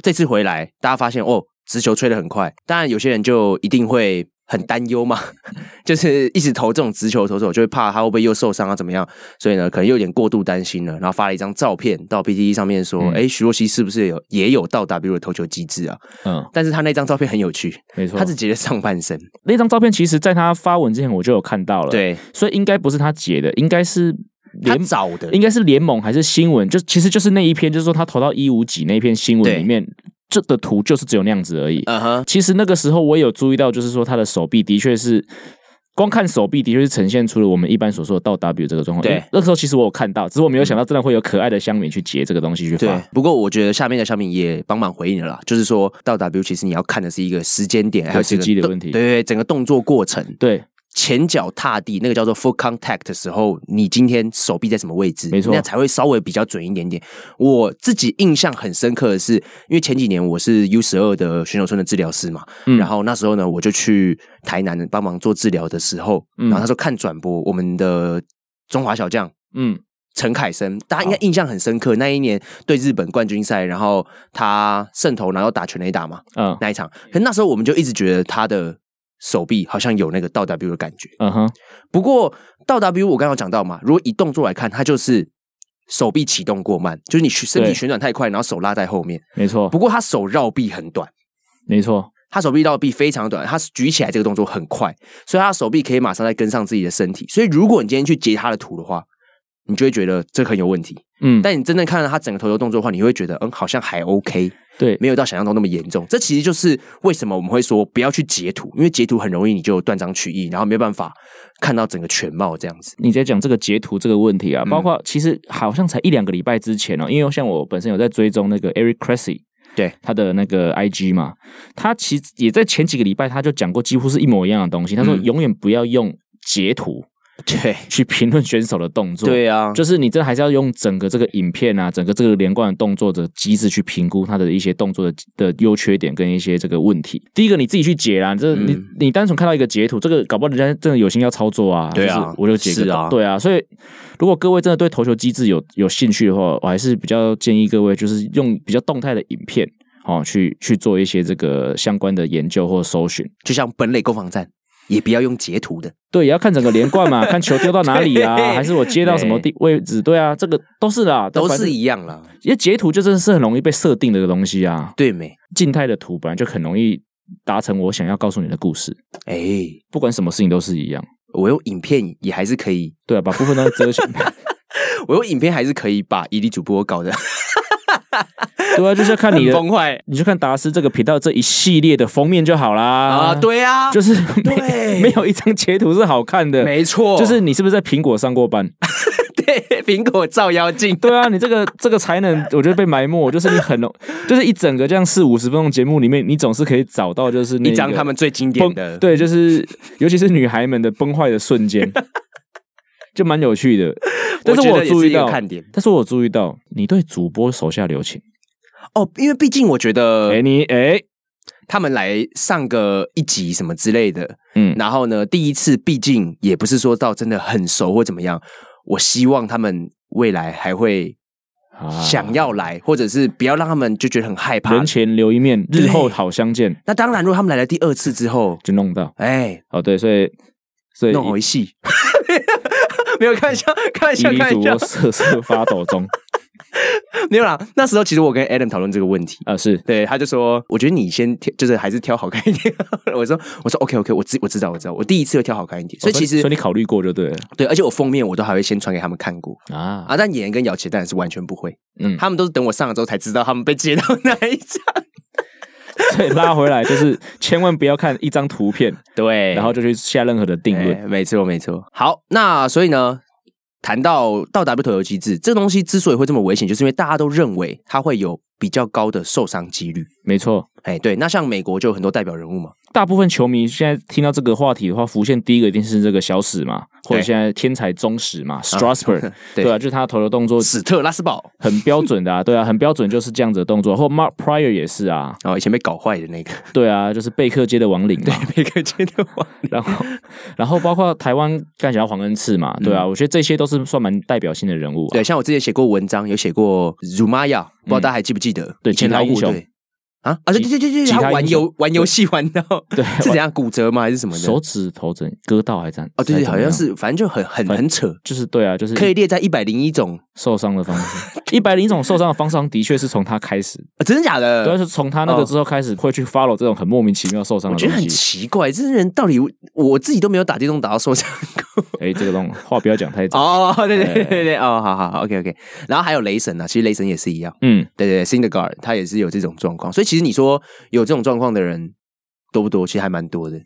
[SPEAKER 1] 这次回来，大家发现哦，直球吹得很快，当然有些人就一定会很担忧嘛， 就是一直投这种直球投手，就会怕他会不会又受伤啊，怎么样？所以呢，可能又有点过度担心了，然后发了一张照片到 PTT 上面说，
[SPEAKER 2] 嗯
[SPEAKER 1] 哎、徐若曦是不是有也有到 W 的投球机制啊？
[SPEAKER 2] 嗯，
[SPEAKER 1] 但是他那张照片很有趣，
[SPEAKER 2] 没错。
[SPEAKER 1] 他
[SPEAKER 2] 他
[SPEAKER 1] 只截了上半身，
[SPEAKER 2] 那张照片，其实在他发文之前我就有看到了。，
[SPEAKER 1] 对
[SPEAKER 2] 所以应该不是他截的，应该是
[SPEAKER 1] 他
[SPEAKER 2] 联，
[SPEAKER 1] 找的，
[SPEAKER 2] 应该是联盟还是新闻？就其实就是那一篇，就是说他投到一五几那篇新
[SPEAKER 1] 对
[SPEAKER 2] 闻里面，这的图就是只有那样子而已。
[SPEAKER 1] 嗯哼，
[SPEAKER 2] 其实那个时候我也有注意到，就是说他的手臂的确是，光看手臂的确是呈现出了我们一般所说的倒 W 这个状况。
[SPEAKER 1] 对
[SPEAKER 2] 因为那时候其实我有看到，只是我没有想到真的会有可爱的香米去截这个东西去
[SPEAKER 1] 对
[SPEAKER 2] 发。，
[SPEAKER 1] 不过我觉得下面的小米也帮忙回应了啦，就是说到 W，其实你要看的是一个时间点，还有
[SPEAKER 2] 时
[SPEAKER 1] 整个
[SPEAKER 2] 机的
[SPEAKER 1] 动
[SPEAKER 2] 问题
[SPEAKER 1] 对对，对整个动作过程，
[SPEAKER 2] 对
[SPEAKER 1] 前脚踏地那个叫做 full contact 的时候，你今天手臂在什么位置，
[SPEAKER 2] 没错
[SPEAKER 1] 那才会稍微比较准一点点。我自己印象很深刻的是，因为前几年我是 U 十二的选手村的治疗师嘛，
[SPEAKER 2] 嗯
[SPEAKER 1] 然后那时候呢，我就去台南帮忙做治疗的时候，
[SPEAKER 2] 嗯
[SPEAKER 1] 然后他说看转播，我们的中华小将。
[SPEAKER 2] 嗯，
[SPEAKER 1] 陈凯生，大家应该印象很深刻。那一年对日本冠军赛，然后他胜投，然后打全垒打嘛，
[SPEAKER 2] 嗯，
[SPEAKER 1] 那一场。可那时候我们就一直觉得他的手臂好像有那个倒 W 的感觉。
[SPEAKER 2] 嗯哼，
[SPEAKER 1] 不过倒 W 我刚刚有讲到嘛，如果以动作来看，它就是手臂启动过慢，就是你身体
[SPEAKER 2] 对
[SPEAKER 1] 旋转太快，然后手拉在后面。
[SPEAKER 2] 没错
[SPEAKER 1] 不，过他手绕臂很短。
[SPEAKER 2] 没错，
[SPEAKER 1] 他手臂到臂非常短，他举起来这个动作很快，所以他的手臂可以马上再跟上自己的身体。所以如果你今天去截他的图的话，你就会觉得这很有问题。
[SPEAKER 2] 嗯，
[SPEAKER 1] 但你真正看到他整个投球动作的话，你会觉得，嗯，好像还 OK，
[SPEAKER 2] 对，
[SPEAKER 1] 没有到想象中那么严重。这其实就是为什么我们会说不要去截图，因为截图很容易你就断章取义，然后没有办法看到整个全貌这样子。
[SPEAKER 2] 你在讲这个截图这个问题啊，
[SPEAKER 1] 嗯
[SPEAKER 2] 包括其实好像才一两个礼拜之前哦，因为像我本身有在追踪那个 Eric Cressy。
[SPEAKER 1] 对
[SPEAKER 2] 他的那个 IG 嘛，他其实也在前几个礼拜他就讲过几乎是一模一样的东西。他说
[SPEAKER 1] 嗯
[SPEAKER 2] 永远不要用截图
[SPEAKER 1] 对，
[SPEAKER 2] 去评论选手的动作，
[SPEAKER 1] 对啊，
[SPEAKER 2] 就是你真的还是要用整个这个影片啊，整个这个连贯的动作的机制去评估它的一些动作的的优缺点跟一些这个问题。第一个你自己去解啦，这
[SPEAKER 1] 嗯
[SPEAKER 2] 你、你单纯看到一个截图，这个搞不好人家真的有心要操作啊。
[SPEAKER 1] 对啊
[SPEAKER 2] 就是我就解
[SPEAKER 1] 是
[SPEAKER 2] 个
[SPEAKER 1] 啊
[SPEAKER 2] 对啊。所以如果各位真的对投球机制有有兴趣的话，我还是比较建议各位就是用比较动态的影片。哦，去去做一些这个相关的研究或搜寻，
[SPEAKER 1] 就像本垒攻防战，也不要用截图的。
[SPEAKER 2] 对，也要看整个连贯嘛，看球丢到哪 里啊，
[SPEAKER 1] 对
[SPEAKER 2] 还是我接到什么地位置，对啊，这个都是啦，
[SPEAKER 1] 都
[SPEAKER 2] 反正
[SPEAKER 1] 是一样啦，
[SPEAKER 2] 因为截图就真的是很容易被设定的一个东西啊。
[SPEAKER 1] 对没？
[SPEAKER 2] 静态的图本来就很容易达成我想要告诉你的故事，
[SPEAKER 1] 哎、
[SPEAKER 2] 不管什么事情都是一样。
[SPEAKER 1] 我用影片也还是可以，
[SPEAKER 2] 对啊，把部分都遮起来。
[SPEAKER 1] 我用影片还是可以把伊利主播搞得
[SPEAKER 2] 对啊，就是要看你
[SPEAKER 1] 很
[SPEAKER 2] 的，
[SPEAKER 1] 崩坏
[SPEAKER 2] 你就看达斯这个频道这一系列的封面就好啦。
[SPEAKER 1] 啊！，对啊，
[SPEAKER 2] 就是
[SPEAKER 1] 对
[SPEAKER 2] 没没有一张截图是好看的，
[SPEAKER 1] 没错，
[SPEAKER 2] 就是你是不是在苹果上过班？
[SPEAKER 1] 被苹果照妖镜。
[SPEAKER 2] 对啊，你这个这个才能，我觉得被埋没，就是你很容，就是一整个这样四五十分钟节目里面，你总是可以找到就是那
[SPEAKER 1] 一张
[SPEAKER 2] 个
[SPEAKER 1] 他们最经典
[SPEAKER 2] 崩
[SPEAKER 1] 的，
[SPEAKER 2] 对，就是尤其是女孩们的崩坏的瞬间， 就蛮有趣的。但是
[SPEAKER 1] 觉
[SPEAKER 2] 我
[SPEAKER 1] 得
[SPEAKER 2] 有
[SPEAKER 1] 也
[SPEAKER 2] 注
[SPEAKER 1] 是
[SPEAKER 2] 意
[SPEAKER 1] 一个
[SPEAKER 2] 到，
[SPEAKER 1] 看点
[SPEAKER 2] 但是我有注意到你对主播手下留情。
[SPEAKER 1] 哦，因为毕竟我觉
[SPEAKER 2] 哎、
[SPEAKER 1] 得
[SPEAKER 2] 你哎、
[SPEAKER 1] 他们来上个一集什么之类的，
[SPEAKER 2] 嗯，
[SPEAKER 1] 然后呢，第一次毕竟也不是说到真的很熟或怎么样，我希望他们未来还会
[SPEAKER 2] 啊
[SPEAKER 1] 想要来，或者是不要让他们就觉得很害怕
[SPEAKER 2] 人。前留一面，
[SPEAKER 1] 对
[SPEAKER 2] 日后好相见，
[SPEAKER 1] 那当然，如果他们来了第二次之后，
[SPEAKER 2] 就弄到
[SPEAKER 1] 哎，
[SPEAKER 2] 哦，对，所以所以
[SPEAKER 1] 弄回 戏，没有开玩笑，开玩
[SPEAKER 2] 以
[SPEAKER 1] 笑，
[SPEAKER 2] 离
[SPEAKER 1] 开玩
[SPEAKER 2] 主播
[SPEAKER 1] 笑，
[SPEAKER 2] 瑟瑟发 抖中，
[SPEAKER 1] 没有啦。那时候其实我跟 Adam 讨论这个问题，
[SPEAKER 2] 啊、是
[SPEAKER 1] 对，他就说，我觉得你先挑，就是还是挑好看一点。 我说，我说 OK OK，我知我知道我知道，我第一次会挑好看一点，所以其
[SPEAKER 2] 哦
[SPEAKER 1] 实
[SPEAKER 2] 所以你考虑过就对了
[SPEAKER 1] 对，而且我封面我都还会先传给他们看过
[SPEAKER 2] 啊，
[SPEAKER 1] 啊，但演员跟姚琪当然是完全不会，
[SPEAKER 2] 嗯，
[SPEAKER 1] 他们都是等我上了之后才知道他们被接到 哪一张。
[SPEAKER 2] 所以拉回来就是千万不要看一张 图片，
[SPEAKER 1] 对
[SPEAKER 2] 然后就去下任何的定论。
[SPEAKER 1] 哎没错没错。好，那所以呢，谈到到 W 投球机制，这个东西之所以会这么危险，就是因为大家都认为它会有比较高的受伤几率。
[SPEAKER 2] 没错，
[SPEAKER 1] 哎，对，那像美国就有很多代表人物嘛，
[SPEAKER 2] 大部分球迷现在听到这个话题的话，浮现第一个一定是这个小史嘛，或者
[SPEAKER 1] 对啊
[SPEAKER 2] 现在天才中史嘛，Strasburg，、
[SPEAKER 1] 对
[SPEAKER 2] 对啊，就是他投球 动作
[SPEAKER 1] 史特拉斯堡
[SPEAKER 2] 很标准的啊，对啊，很标准就是这样子的动作，或 Mark Pryor 也是啊，
[SPEAKER 1] 哦，以前被搞坏的那个
[SPEAKER 2] 对啊，就是贝克街的亡灵嘛，
[SPEAKER 1] 每个阶段王
[SPEAKER 2] 然后然后包括台湾干想要黄恩赐嘛，对啊，我觉得这些都是算蛮代表性的人物、
[SPEAKER 1] 嗯
[SPEAKER 2] 啊，
[SPEAKER 1] 对，像我之前写过文章，有写过 Zumaya，不知道大家还记不记得？
[SPEAKER 2] 嗯对
[SPEAKER 1] 以前
[SPEAKER 2] 吉他
[SPEAKER 1] 老虎
[SPEAKER 2] 英雄
[SPEAKER 1] 队啊啊，对对对对对，
[SPEAKER 2] 吉
[SPEAKER 1] 他
[SPEAKER 2] 他英
[SPEAKER 1] 玩
[SPEAKER 2] 雄
[SPEAKER 1] 游玩游戏玩到
[SPEAKER 2] 对，
[SPEAKER 1] 是怎样骨折吗？还是什么的？
[SPEAKER 2] 手指头整割到还是怎
[SPEAKER 1] 哦，对对，好像。
[SPEAKER 2] 还怎么样
[SPEAKER 1] 是，反正就很很很扯，
[SPEAKER 2] 啊就是对啊，就是
[SPEAKER 1] 可以列在一百零一种、
[SPEAKER 2] 受伤的方式，一百零一种受伤的方式，好像的确是从他开始，
[SPEAKER 1] 啊真的假的？
[SPEAKER 2] 对啊，是从他那个之后开始会去 follow 这种很莫名其妙受伤
[SPEAKER 1] 我
[SPEAKER 2] 的
[SPEAKER 1] 觉
[SPEAKER 2] 东
[SPEAKER 1] 得很
[SPEAKER 2] 西。
[SPEAKER 1] 奇怪，这些人到底我自己都没有打电动打到受伤过。
[SPEAKER 2] 哎，这个东话不要讲太早。
[SPEAKER 1] 哦，对对对对对，哦，好好好，OK OK。然后还有雷神啊，其实雷神也是一样，
[SPEAKER 2] 嗯，
[SPEAKER 1] 对对对 s i n d e g a r 他也是有这种状况。所以其实你说有这种状况的人多不多？其实还蛮多的。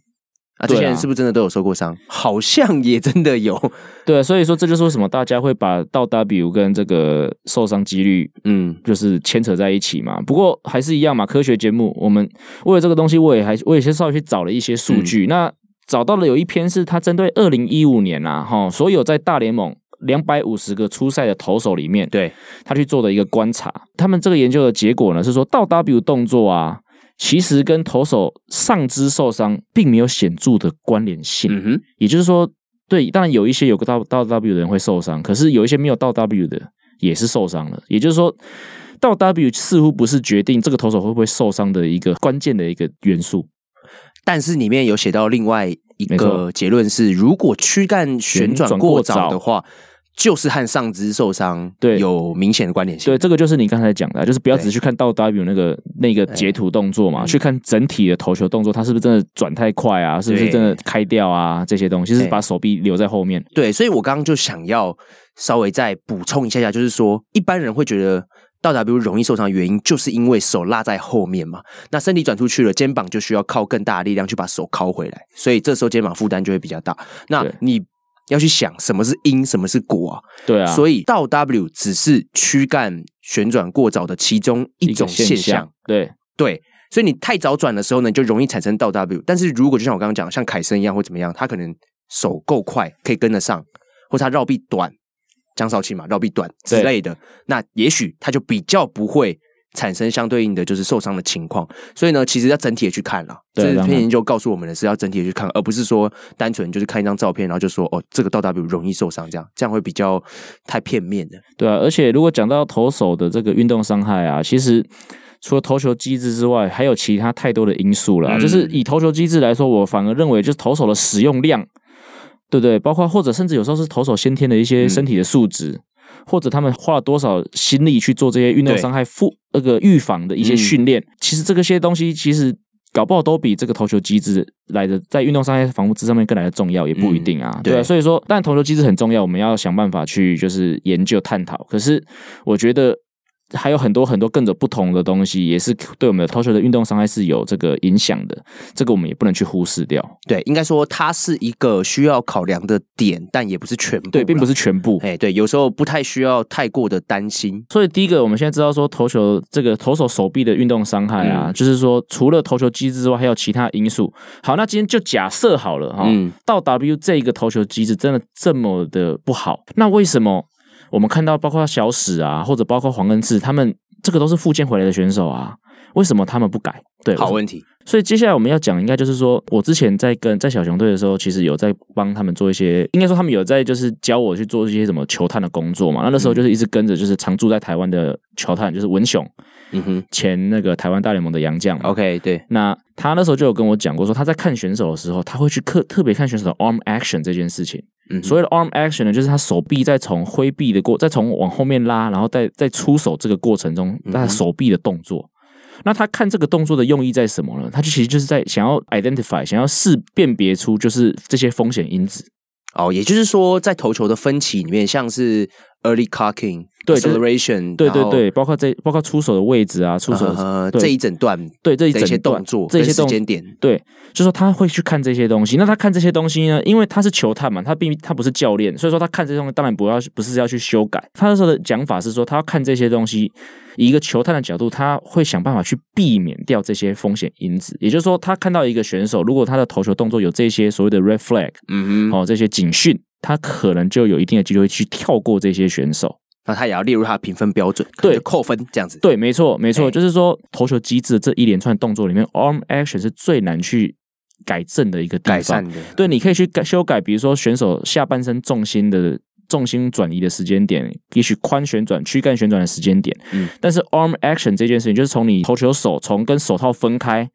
[SPEAKER 1] 啊，这
[SPEAKER 2] 对啊
[SPEAKER 1] 些人是不是真的都有受过伤？ 好像也真的有。
[SPEAKER 2] 对啊，所以说这就是为什么大家会把到 W 跟这个受伤几率
[SPEAKER 1] 嗯，
[SPEAKER 2] 就是牵扯在一起嘛。不过还是一样嘛，科学节目我们为了这个东西，我也还我也先稍微去找了一些数
[SPEAKER 1] 嗯
[SPEAKER 2] 据，那找到了有一篇是他针对二零一五年啊，哈，所有在大联盟。两百五十个出赛的投手里面，
[SPEAKER 1] 对，
[SPEAKER 2] 他去做的一个观察。他们这个研究的结果呢，是说到 W 动作啊，其实跟投手上肢受伤并没有显著的关联性。
[SPEAKER 1] 嗯哼，
[SPEAKER 2] 也就是说，对，当然有一些有个到到 W 的人会受伤，可是有一些没有到 W 的也是受伤了。也就是说，到 W 似乎不是决定这个投手会不会受伤的一个关键的一个元素。
[SPEAKER 1] 但是里面有写到另外一
[SPEAKER 2] 没
[SPEAKER 1] 个
[SPEAKER 2] 错
[SPEAKER 1] 结论是，如果躯干旋转过早的话，就是和上肢受伤
[SPEAKER 2] 对
[SPEAKER 1] 有明显的关联性。
[SPEAKER 2] 对，这个就是你刚才讲的啊，就是不要
[SPEAKER 1] 对
[SPEAKER 2] 只去看到 W 那个那个截图动作嘛，
[SPEAKER 1] 嗯
[SPEAKER 2] 去看整体的投球动作，它是不是真的转太快啊？是不是
[SPEAKER 1] 对
[SPEAKER 2] 真的开掉啊？这些东西就是把手臂留在后面。
[SPEAKER 1] 对，所以我刚刚就想要稍微再补充一下下，就是说一般人会觉得到 W 容易受伤的原因，就是因为手落在后面嘛，那身体转出去了，肩膀就需要靠更大的力量去把手铐回来，所以这时候肩膀负担就会比较大。那
[SPEAKER 2] 对
[SPEAKER 1] 你要去想什么是因，什么是果啊？
[SPEAKER 2] 对啊，
[SPEAKER 1] 所以到 W 只是躯干旋转过早的其中一
[SPEAKER 2] 个
[SPEAKER 1] 种现象。
[SPEAKER 2] 对，
[SPEAKER 1] 对，所以你太早转的时候呢，你就容易产生倒 W。但是如果就像我刚刚讲，像凯森一样或怎么样，他可能手够快，可以跟得上，或者他绕臂短，江少卿嘛，绕臂短之
[SPEAKER 2] 对
[SPEAKER 1] 类的，那也许他就比较不会。产生相对应的就是受伤的情况，所以呢，其实要整体的去看啦。
[SPEAKER 2] 对
[SPEAKER 1] 这
[SPEAKER 2] 当
[SPEAKER 1] 篇
[SPEAKER 2] 然
[SPEAKER 1] 研究告诉我们的是要整体的去看，而不是说单纯就是看一张照片，然后就说哦，这个倒 W 容易受伤，这样这样会比较太片面了。
[SPEAKER 2] 对啊，而且如果讲到投手的这个运动伤害啊，其实除了投球机制之外，还有其他太多的因素了啊、
[SPEAKER 1] 嗯
[SPEAKER 2] 就是以投球机制来说，我反而认为就是投手的使用量，对不对？包括或者甚至有时候是投手先天的一些
[SPEAKER 1] 嗯
[SPEAKER 2] 身体的素质。或者他们花了多少心力去做这些运动
[SPEAKER 1] 对
[SPEAKER 2] 伤害复那个预防的一些
[SPEAKER 1] 嗯
[SPEAKER 2] 训练，其实这个些东西其实搞不好都比这个投球机制来的在运动伤害防治上面更来的重要，也不一
[SPEAKER 1] 嗯
[SPEAKER 2] 定啊。
[SPEAKER 1] 对
[SPEAKER 2] 对啊，所以说，但投球机制很重要，我们要想办法去就是研究探讨。可是我觉得还有很多很多更多不同的东西，也是对我们的投球的运动伤害是有这个影响的，这个我们也不能去忽视掉。
[SPEAKER 1] 对，应该说它是一个需要考量的点，但也不是全部啦。
[SPEAKER 2] 对，并不
[SPEAKER 1] 是
[SPEAKER 2] 是全部。
[SPEAKER 1] 哎，对，有时候不太需要太过的担心。
[SPEAKER 2] 所以第一个，我们现在知道说投球这个投手手臂的运动伤害啊，就是说除了投球机制之外，还有其他因素。好，那今天就假设好了哈、
[SPEAKER 1] 嗯
[SPEAKER 2] 到 W 这一个投球机制真的这么的不好，那为什么我们看到包括小史啊，或者包括黄恩志，他们这个都是复健回来的选手啊，为什么他们不改？对，
[SPEAKER 1] 好问题，
[SPEAKER 2] 所以接下来我们要讲，应该就是说我之前在跟在小熊队的时候，其实有在帮他们做一些，应该说他们有在就是教我去做一些什么球探的工作嘛。那那时候就是一直跟着就是常住在台湾的球探，就是文雄
[SPEAKER 1] 嗯哼
[SPEAKER 2] 前那个台湾大联盟的洋将嘛。
[SPEAKER 1] ，OK，对，
[SPEAKER 2] 那他那时候就有跟我讲过，说他在看选手的时候，他会去特特别看选手的 arm action 这件事情。
[SPEAKER 1] 嗯哼，
[SPEAKER 2] 所谓的 arm action 呢，就是他手臂在从挥臂的过，再从往后面拉，然后再再出手这个过程中，
[SPEAKER 1] 嗯哼
[SPEAKER 2] 他手臂的动作。那他看这个动作的用意在什么呢？他就其实就是在想要 identify，想要识辨别出就是这些风险因子。
[SPEAKER 1] 哦，也就是说，在投球的分歧里面，像是 early cocking、
[SPEAKER 2] 对就是
[SPEAKER 1] acceleration，
[SPEAKER 2] 对对
[SPEAKER 1] 然后
[SPEAKER 2] 对，包括这包括出手的位置啊，出手的、
[SPEAKER 1] 呃
[SPEAKER 2] 对
[SPEAKER 1] 这一整段
[SPEAKER 2] 对这一
[SPEAKER 1] 的一些
[SPEAKER 2] 整段
[SPEAKER 1] 动作、
[SPEAKER 2] 这一些
[SPEAKER 1] 跟时
[SPEAKER 2] 动
[SPEAKER 1] 间点，
[SPEAKER 2] 对，就说他会去看这些东西。那他看这些东西呢？因为他是球探嘛，他并他不是教练，所以说他看这些东西当然不要不是要去修改。他那时候的讲法是说，他要看这些东西，以一个球探的角度，他会想办法去避免掉这些风险因子。也就是说，他看到一个选手，如果他的投球动作有这些所谓的 red flag，
[SPEAKER 1] 嗯哼，
[SPEAKER 2] 哦，这些警讯，他可能就有一定的机会去跳过这些选手。
[SPEAKER 1] 那他也要列入他的评分标准，可能
[SPEAKER 2] 对
[SPEAKER 1] 就扣分这样子。
[SPEAKER 2] 对，没错，没错，
[SPEAKER 1] 哎
[SPEAKER 2] 就是说投球机制的这一连串动作里面，arm action 是最难去改正的一个地方
[SPEAKER 1] 改善的，
[SPEAKER 2] 对，你可以去改修改，比如说选手下半身重心的重心转移的时间点，也许髋旋转、躯干旋转的时间点。
[SPEAKER 1] 嗯，
[SPEAKER 2] 但是 arm action 这件事情，就是从你投球手从跟手套分开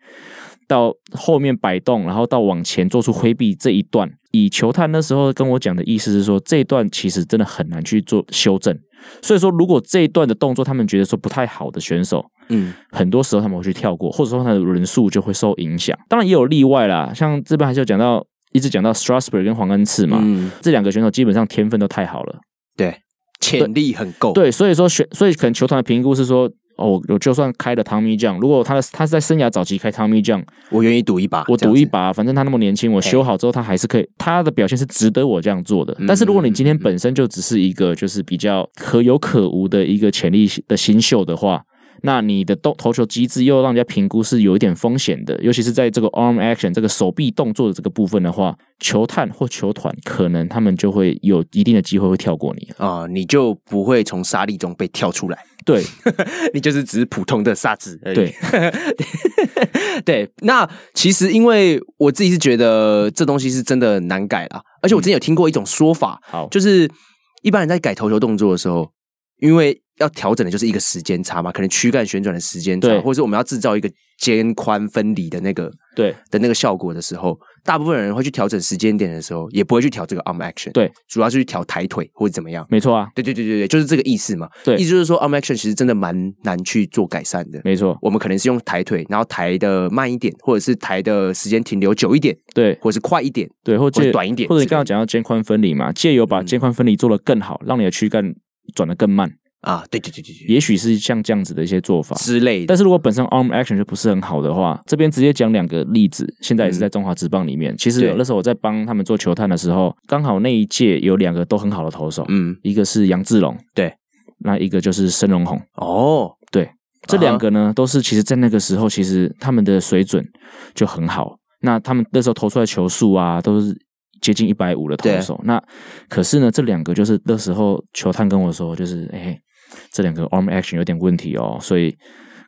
[SPEAKER 2] 到后面摆动，然后到往前做出挥臂这一段，以球探那时候跟我讲的意思是说，这一段其实真的很难去做修正。所以说，如果这一段的动作他们觉得说不太好的选手，
[SPEAKER 1] 嗯，
[SPEAKER 2] 很多时候他们会去跳过，或者说他的人数就会受影响。当然也有例外啦，像这边还是有讲到，一直讲到 Strasburg 跟黄恩赐嘛，
[SPEAKER 1] 嗯，
[SPEAKER 2] 这两个选手基本上天分都太好了。
[SPEAKER 1] 对，潜力很够，
[SPEAKER 2] 对，所以说选，所以可能球团的评估是说，哦，我我就算开了汤米酱，如果他的他是在生涯早期开汤米酱，
[SPEAKER 1] 我愿意赌一把，
[SPEAKER 2] 我
[SPEAKER 1] 这样
[SPEAKER 2] 赌
[SPEAKER 1] 子
[SPEAKER 2] 一，把，反正他那么年轻，我修好之后他还是可以，他的表现是值得我这样做的
[SPEAKER 1] 嗯。
[SPEAKER 2] 但是如果你今天本身就只是一个就是比较可有可无的一个潜力的新秀的话，那你的动投球机制又让人家评估是有一点风险的，尤其是在这个 arm action 这个手臂动作的这个部分的话，球探或球团可能他们就会有一定的机会会跳过你。
[SPEAKER 1] 啊、你就不会从沙粒中被跳出来，
[SPEAKER 2] 对
[SPEAKER 1] 你就是只是普通的沙子而已。
[SPEAKER 2] 对，
[SPEAKER 1] 对，那其实因为我自己是觉得这东西是真的很难改啦，而且我之前有
[SPEAKER 2] 嗯
[SPEAKER 1] 听过一种说法，
[SPEAKER 2] 好，
[SPEAKER 1] 就是一般人在改投球动作的时候，因为要调整的就是一个时间差嘛，可能躯干旋转的时间差，
[SPEAKER 2] 对
[SPEAKER 1] 或者是我们要制造一个肩宽分离的那个
[SPEAKER 2] 对
[SPEAKER 1] 的那个效果的时候，大部分人会去调整时间点的时候，也不会去调这个 arm action，
[SPEAKER 2] 对，
[SPEAKER 1] 主要是去调抬腿或者怎么样。
[SPEAKER 2] 没错啊，
[SPEAKER 1] 对对对对对，就是这个意思嘛。
[SPEAKER 2] 对
[SPEAKER 1] 意思就是说 arm action 其实真的蛮难去做改善的。
[SPEAKER 2] 没错，
[SPEAKER 1] 我们可能是用抬腿，然后抬的慢一点，或者是抬的时间停留久一点，
[SPEAKER 2] 对
[SPEAKER 1] 或者是快一点，
[SPEAKER 2] 对，或
[SPEAKER 1] 或者
[SPEAKER 2] 借
[SPEAKER 1] 短一点
[SPEAKER 2] 或
[SPEAKER 1] 之
[SPEAKER 2] 者
[SPEAKER 1] 类
[SPEAKER 2] 你
[SPEAKER 1] 的
[SPEAKER 2] 刚刚讲到肩宽分离嘛，借由把
[SPEAKER 1] 嗯
[SPEAKER 2] 肩宽分离做得更好，让你的躯干转得更慢，
[SPEAKER 1] 啊，对对对对对，
[SPEAKER 2] 也许是像这样子的一些做法。
[SPEAKER 1] 之类的。
[SPEAKER 2] 但是如果本身 arm action 就不是很好的话，这边直接讲两个例子。现在也是在中华职棒里面，其实
[SPEAKER 1] 嗯对
[SPEAKER 2] 有那时候我在帮他们做球探的时候，刚好那一届有两个都很好的投手，
[SPEAKER 1] 嗯，
[SPEAKER 2] 一个是杨志龙，
[SPEAKER 1] 对，
[SPEAKER 2] 那一个就是申荣宏。
[SPEAKER 1] 哦，
[SPEAKER 2] 这两个呢，都是其实在那个时候，其实他们的水准就很好。那他们那时候投出来球速啊，都是接近一百五的投手。那可是呢，这两个就是那时候球探跟我说，就是哎、这两个 arm action 有点问题哦，所以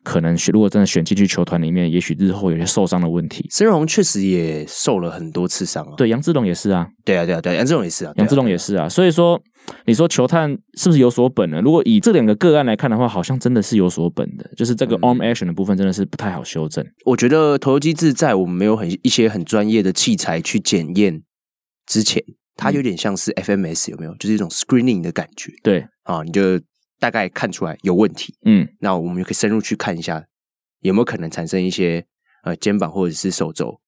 [SPEAKER 2] 可能选如果真的选进去球团里面，也许日后有些受伤的问题。
[SPEAKER 1] 申荣确实也受了很多次伤啊。
[SPEAKER 2] 对，杨志龙也是啊，
[SPEAKER 1] 对啊，对啊，对啊，杨志龙也是啊，对啊
[SPEAKER 2] 杨志龙也是啊，所以说，你说球探是不是有所本呢？如果以这两个个案来看的话，好像真的是有所本的，就是
[SPEAKER 1] 嗯
[SPEAKER 2] 这个 arm action 的部分真的是不太好修正。
[SPEAKER 1] 我觉得投球机制在我们没有很一些很专业的器材去检验之前，它有点像是 FMS 有没有？就是一种 screening 的感觉
[SPEAKER 2] 对，
[SPEAKER 1] 啊，你就大概看出来有问题，
[SPEAKER 2] 嗯，
[SPEAKER 1] 那我们就可以深入去看一下有没有可能产生一些呃肩膀或者是手肘，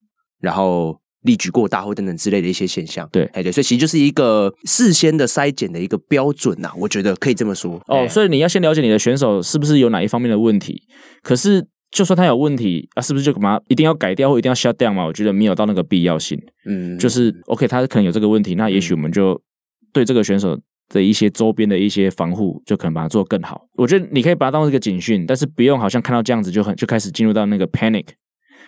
[SPEAKER 1] 然后力举过大或等等之类的一些现象。
[SPEAKER 2] 对
[SPEAKER 1] 哎对，所以其实就是一个事先的筛检的一个标准呐、我觉得可以这么说。哎
[SPEAKER 2] 哦，所以你要先了解你的选手是不是有哪一方面的问题。可是就算他有问题啊，是不是就马一定要改掉或一定要 shut down 嘛？我觉得没有到那个必要性。
[SPEAKER 1] 嗯，
[SPEAKER 2] 就是 OK，他可能有这个问题，那也许我们就对这个选手的一些周边的一些防护，就可能把它做更好。我觉得你可以把它当做一个警讯，但是不用好像看到这样子就很就开始进入到那个 panic，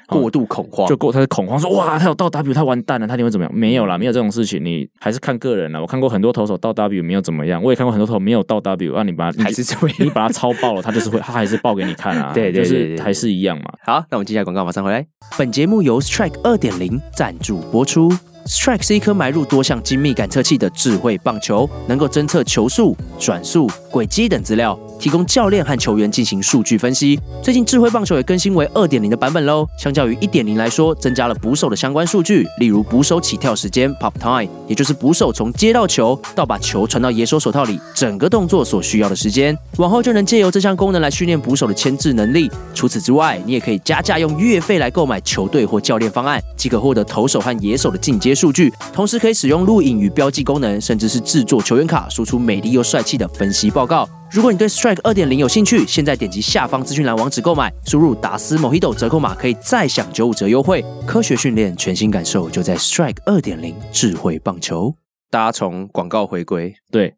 [SPEAKER 1] 过度恐慌，
[SPEAKER 2] 就过他的恐慌说哇，他有到 W，他完蛋了，他一定会怎么样？没有
[SPEAKER 1] 嗯
[SPEAKER 2] 啦，没有这种事情，你还是看个人啦。我看过很多投手到 W 没有怎么样，我也看过很多投手没有到 W，啊，你把它
[SPEAKER 1] 还是这么
[SPEAKER 2] 你
[SPEAKER 1] 样。
[SPEAKER 2] 把它超爆 了，他就是会，他还是爆给你看啊，
[SPEAKER 1] 对对对对
[SPEAKER 2] 就
[SPEAKER 1] 对
[SPEAKER 2] 是还是一样嘛。
[SPEAKER 1] 好，那我们接下来广告马上回来。本节目由 Strike 二点零赞助播出。Strike 是一颗埋入多项精密感测器的智慧棒球，能够侦测球速、转速、轨迹等资料，提供教练和球员进行数据分析。最近智慧棒球也更新为二点零的版本喽，相较于一点零来说，增加了捕手的相关数据，例如捕手起跳时间 （pop time），也就是捕手从接到球到把球传到野手手套里整个动作所需要的时间。往后就能借由这项功能来训练捕手的牵制能力。除此之外，你也可以加价用月费来购买球队或教练方案，即可获得投手和野手的进阶数据，同时可以使用录影与标记功能，甚至是制作球员卡，输出美丽又帅气的分析报告。如果你对 Strike 二点零有兴趣，现在点击下方资讯栏网址购买，输入达斯 Mojito 折扣码可以再享九五折优惠。科学训练，全新感受，就在 Strike 二点零智慧棒球。大家从广告回归，
[SPEAKER 2] 对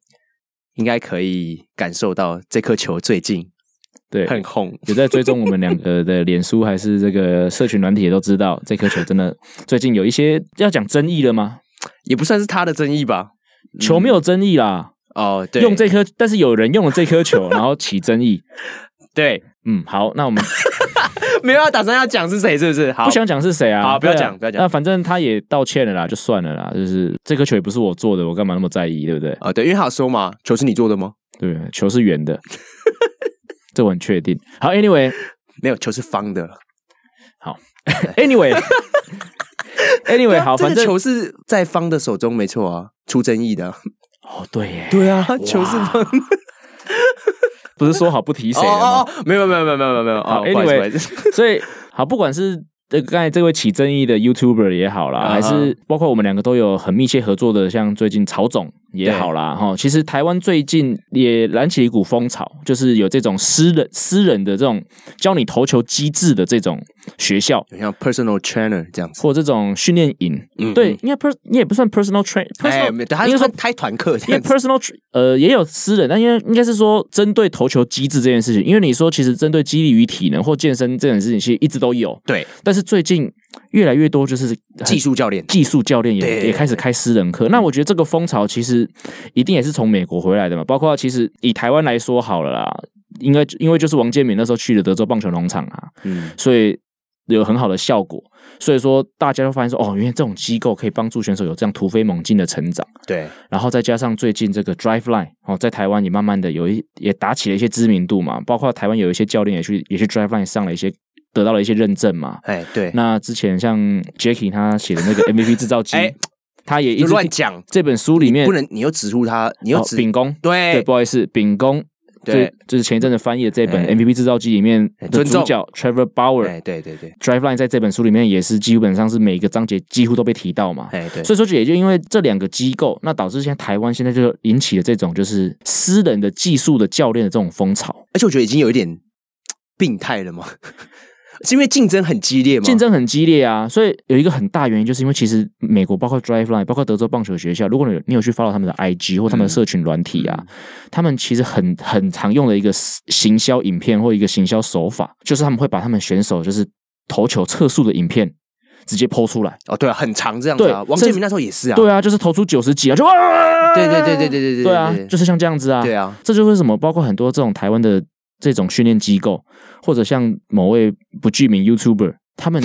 [SPEAKER 1] 应该可以感受到这颗球最近
[SPEAKER 2] 对，
[SPEAKER 1] 很红。
[SPEAKER 2] 有在追踪我 们两个的脸书还是这个社群软体，也都知道这颗球真 的最近有一些要讲争议了吗？
[SPEAKER 1] 也不算是他的争议吧。
[SPEAKER 2] 球没有争议啦，
[SPEAKER 1] 哦，嗯对，
[SPEAKER 2] 用这颗，但是有人用了这颗球，然后起争议。
[SPEAKER 1] 对，
[SPEAKER 2] 嗯，好，那我们
[SPEAKER 1] 没有要打算要讲是谁，是不是？好，
[SPEAKER 2] 不想讲是谁啊？
[SPEAKER 1] 好不要
[SPEAKER 2] 对啊
[SPEAKER 1] 讲不要讲
[SPEAKER 2] 那反正他也道歉了啦，就算了啦。就是这颗球也不是我做的，我干嘛那么在意，对不对？
[SPEAKER 1] 啊、对，因为他有说嘛，球是你做的吗？
[SPEAKER 2] 对，球是圆的， 这我很确定。好，anyway，
[SPEAKER 1] 没有，球是方的。
[SPEAKER 2] Anyway，Anyway，好，
[SPEAKER 1] 啊这
[SPEAKER 2] 反
[SPEAKER 1] 个
[SPEAKER 2] 正
[SPEAKER 1] 球是在方的手中，没错啊，出争议的。
[SPEAKER 2] 哦，对耶，
[SPEAKER 1] 对啊， 球是方。
[SPEAKER 2] 不是说好不提谁
[SPEAKER 1] 哦
[SPEAKER 2] 啊的吗？
[SPEAKER 1] 哦，哦没有没有没有没有没有没有。
[SPEAKER 2] 好
[SPEAKER 1] 哦不好意思
[SPEAKER 2] anyway
[SPEAKER 1] 不好意思
[SPEAKER 2] 所以好，不管是这个刚才这位起争议的 YouTuber 也好啦，
[SPEAKER 1] 啊哈
[SPEAKER 2] 还是包括我们两个都有很密切合作的，像最近曹总也好啦，哈，其实台湾最近也燃起一股风潮，就是有这种私人私人的这种教你投球机制的这种学校。
[SPEAKER 1] 有像 personal trainer 这样子。
[SPEAKER 2] 或这种训练营，
[SPEAKER 1] 嗯
[SPEAKER 2] 对
[SPEAKER 1] 嗯，
[SPEAKER 2] 应该 per 你也不算 personal train，
[SPEAKER 1] 哎，
[SPEAKER 2] personal
[SPEAKER 1] 没有他是
[SPEAKER 2] 应该
[SPEAKER 1] 说
[SPEAKER 2] 说
[SPEAKER 1] 开团课这
[SPEAKER 2] 因为
[SPEAKER 1] 样子。
[SPEAKER 2] personal tr- 呃也有私人，但因为应该是说针对投球机制这件事情，因为你说其实针对肌力与体能或健身这件事情，其实一直都有，
[SPEAKER 1] 对，
[SPEAKER 2] 但是最近越来越多就是很
[SPEAKER 1] 技术教练。
[SPEAKER 2] 技术教练
[SPEAKER 1] 对嗯
[SPEAKER 2] 也也开始开私人课。那我觉得这个风潮其实一定也是从美国回来的嘛，包括其实以台湾来说好了啦，应该因为就是王建民那时候去了德州棒球农场啊，
[SPEAKER 1] 嗯，
[SPEAKER 2] 所以有很好的效果。所以说大家都发现说，哦，原来这种机构可以帮助选手有这样突飞猛进的成长。
[SPEAKER 1] 对，
[SPEAKER 2] 然后再加上最近这个 Drive Line 哦，在台湾也慢慢的有一也打起了一些知名度嘛，包括台湾有一些教练也去也去 Drive Line 上了一些得到了一些认证嘛。
[SPEAKER 1] 哎对，
[SPEAKER 2] 那之前像 Jacky 他写的那个 MVP 制造机，
[SPEAKER 1] 哎
[SPEAKER 2] 他也一
[SPEAKER 1] 就
[SPEAKER 2] 直
[SPEAKER 1] 乱讲，
[SPEAKER 2] 这本书里面
[SPEAKER 1] 不能，你又指出他，你又
[SPEAKER 2] 哦
[SPEAKER 1] 指
[SPEAKER 2] 秉公对，
[SPEAKER 1] 对
[SPEAKER 2] 不好意思，秉公
[SPEAKER 1] 对，
[SPEAKER 2] 就就是前一阵子翻译的这本
[SPEAKER 1] 哎
[SPEAKER 2] MVP 制造机里面
[SPEAKER 1] 哎
[SPEAKER 2] 的
[SPEAKER 1] 尊重
[SPEAKER 2] 主角 Trevor Bauer
[SPEAKER 1] 哎。对对对，
[SPEAKER 2] Drive Line 在这本书里面也是基本上是每一个章节几乎都被提到嘛，
[SPEAKER 1] 哎对，
[SPEAKER 2] 所以说，也就因为这两个机构，那导致现在台湾现在就引起了这种就是私人的技术的教练的这种风潮，
[SPEAKER 1] 而且我觉得已经有一点病态了嘛，是因为竞争很激烈嘛，
[SPEAKER 2] 竞争很激烈啊。所以有一个很大原因，就是因为其实美国包括 Driveline，包括德州棒球学校，如果你有你有去 follow 他们的 IG 或他们的社群软体啊，
[SPEAKER 1] 嗯
[SPEAKER 2] 他们其实很很常用的一个行销影片或一个行销手法，就是他们会把他们选手就是投球测速的影片直接剖出来。
[SPEAKER 1] 哦，对啊，很长这样子啊。王
[SPEAKER 2] 对
[SPEAKER 1] 建
[SPEAKER 2] 甚至
[SPEAKER 1] 民那时候也是啊，
[SPEAKER 2] 对啊，就是投出九十几啊，就啊，
[SPEAKER 1] 对对对对对对对
[SPEAKER 2] 对啊，
[SPEAKER 1] 对
[SPEAKER 2] 就是像这样子啊，
[SPEAKER 1] 对啊，
[SPEAKER 2] 这就是为什么包括很多这种台湾的这种训练机构，或者像某位不具名 YouTuber，他们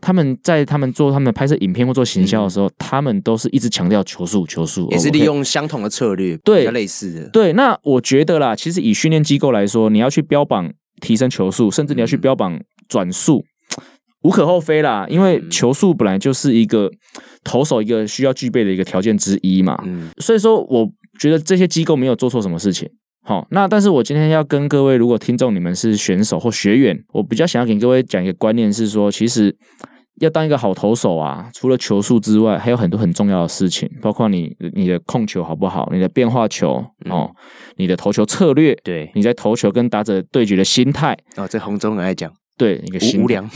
[SPEAKER 2] 他们在他们做他们的拍摄影片或做行销的时候，他们都是一直强调球速球速，
[SPEAKER 1] 嗯也是
[SPEAKER 2] 哦
[SPEAKER 1] 利。
[SPEAKER 2] 我可以
[SPEAKER 1] 用相同的策略，
[SPEAKER 2] 对
[SPEAKER 1] 比较类似的，
[SPEAKER 2] 对，那我觉得啦，其实以训练机构来说，你要去标榜提升球速，甚至你要去
[SPEAKER 1] 嗯
[SPEAKER 2] 标榜转速。无可厚非啦，因为
[SPEAKER 1] 嗯
[SPEAKER 2] 球速本来就是一个投手一个需要具备的一个条件之一嘛。
[SPEAKER 1] 嗯，
[SPEAKER 2] 所以说，我觉得这些机构没有做错什么事情。好，那但是我今天要跟各位，如果听众你们是选手或学员，我比较想要给各位讲一个观念是说，其实要当一个好投手啊，除了球速之外，还有很多很重要的事情，包括你你的控球好不好，你的变化球哦，你的投球策略，
[SPEAKER 1] 对，
[SPEAKER 2] 你在投球跟打者对决的心态，
[SPEAKER 1] 哦，这红中很爱讲
[SPEAKER 2] 对一个心
[SPEAKER 1] 无无良，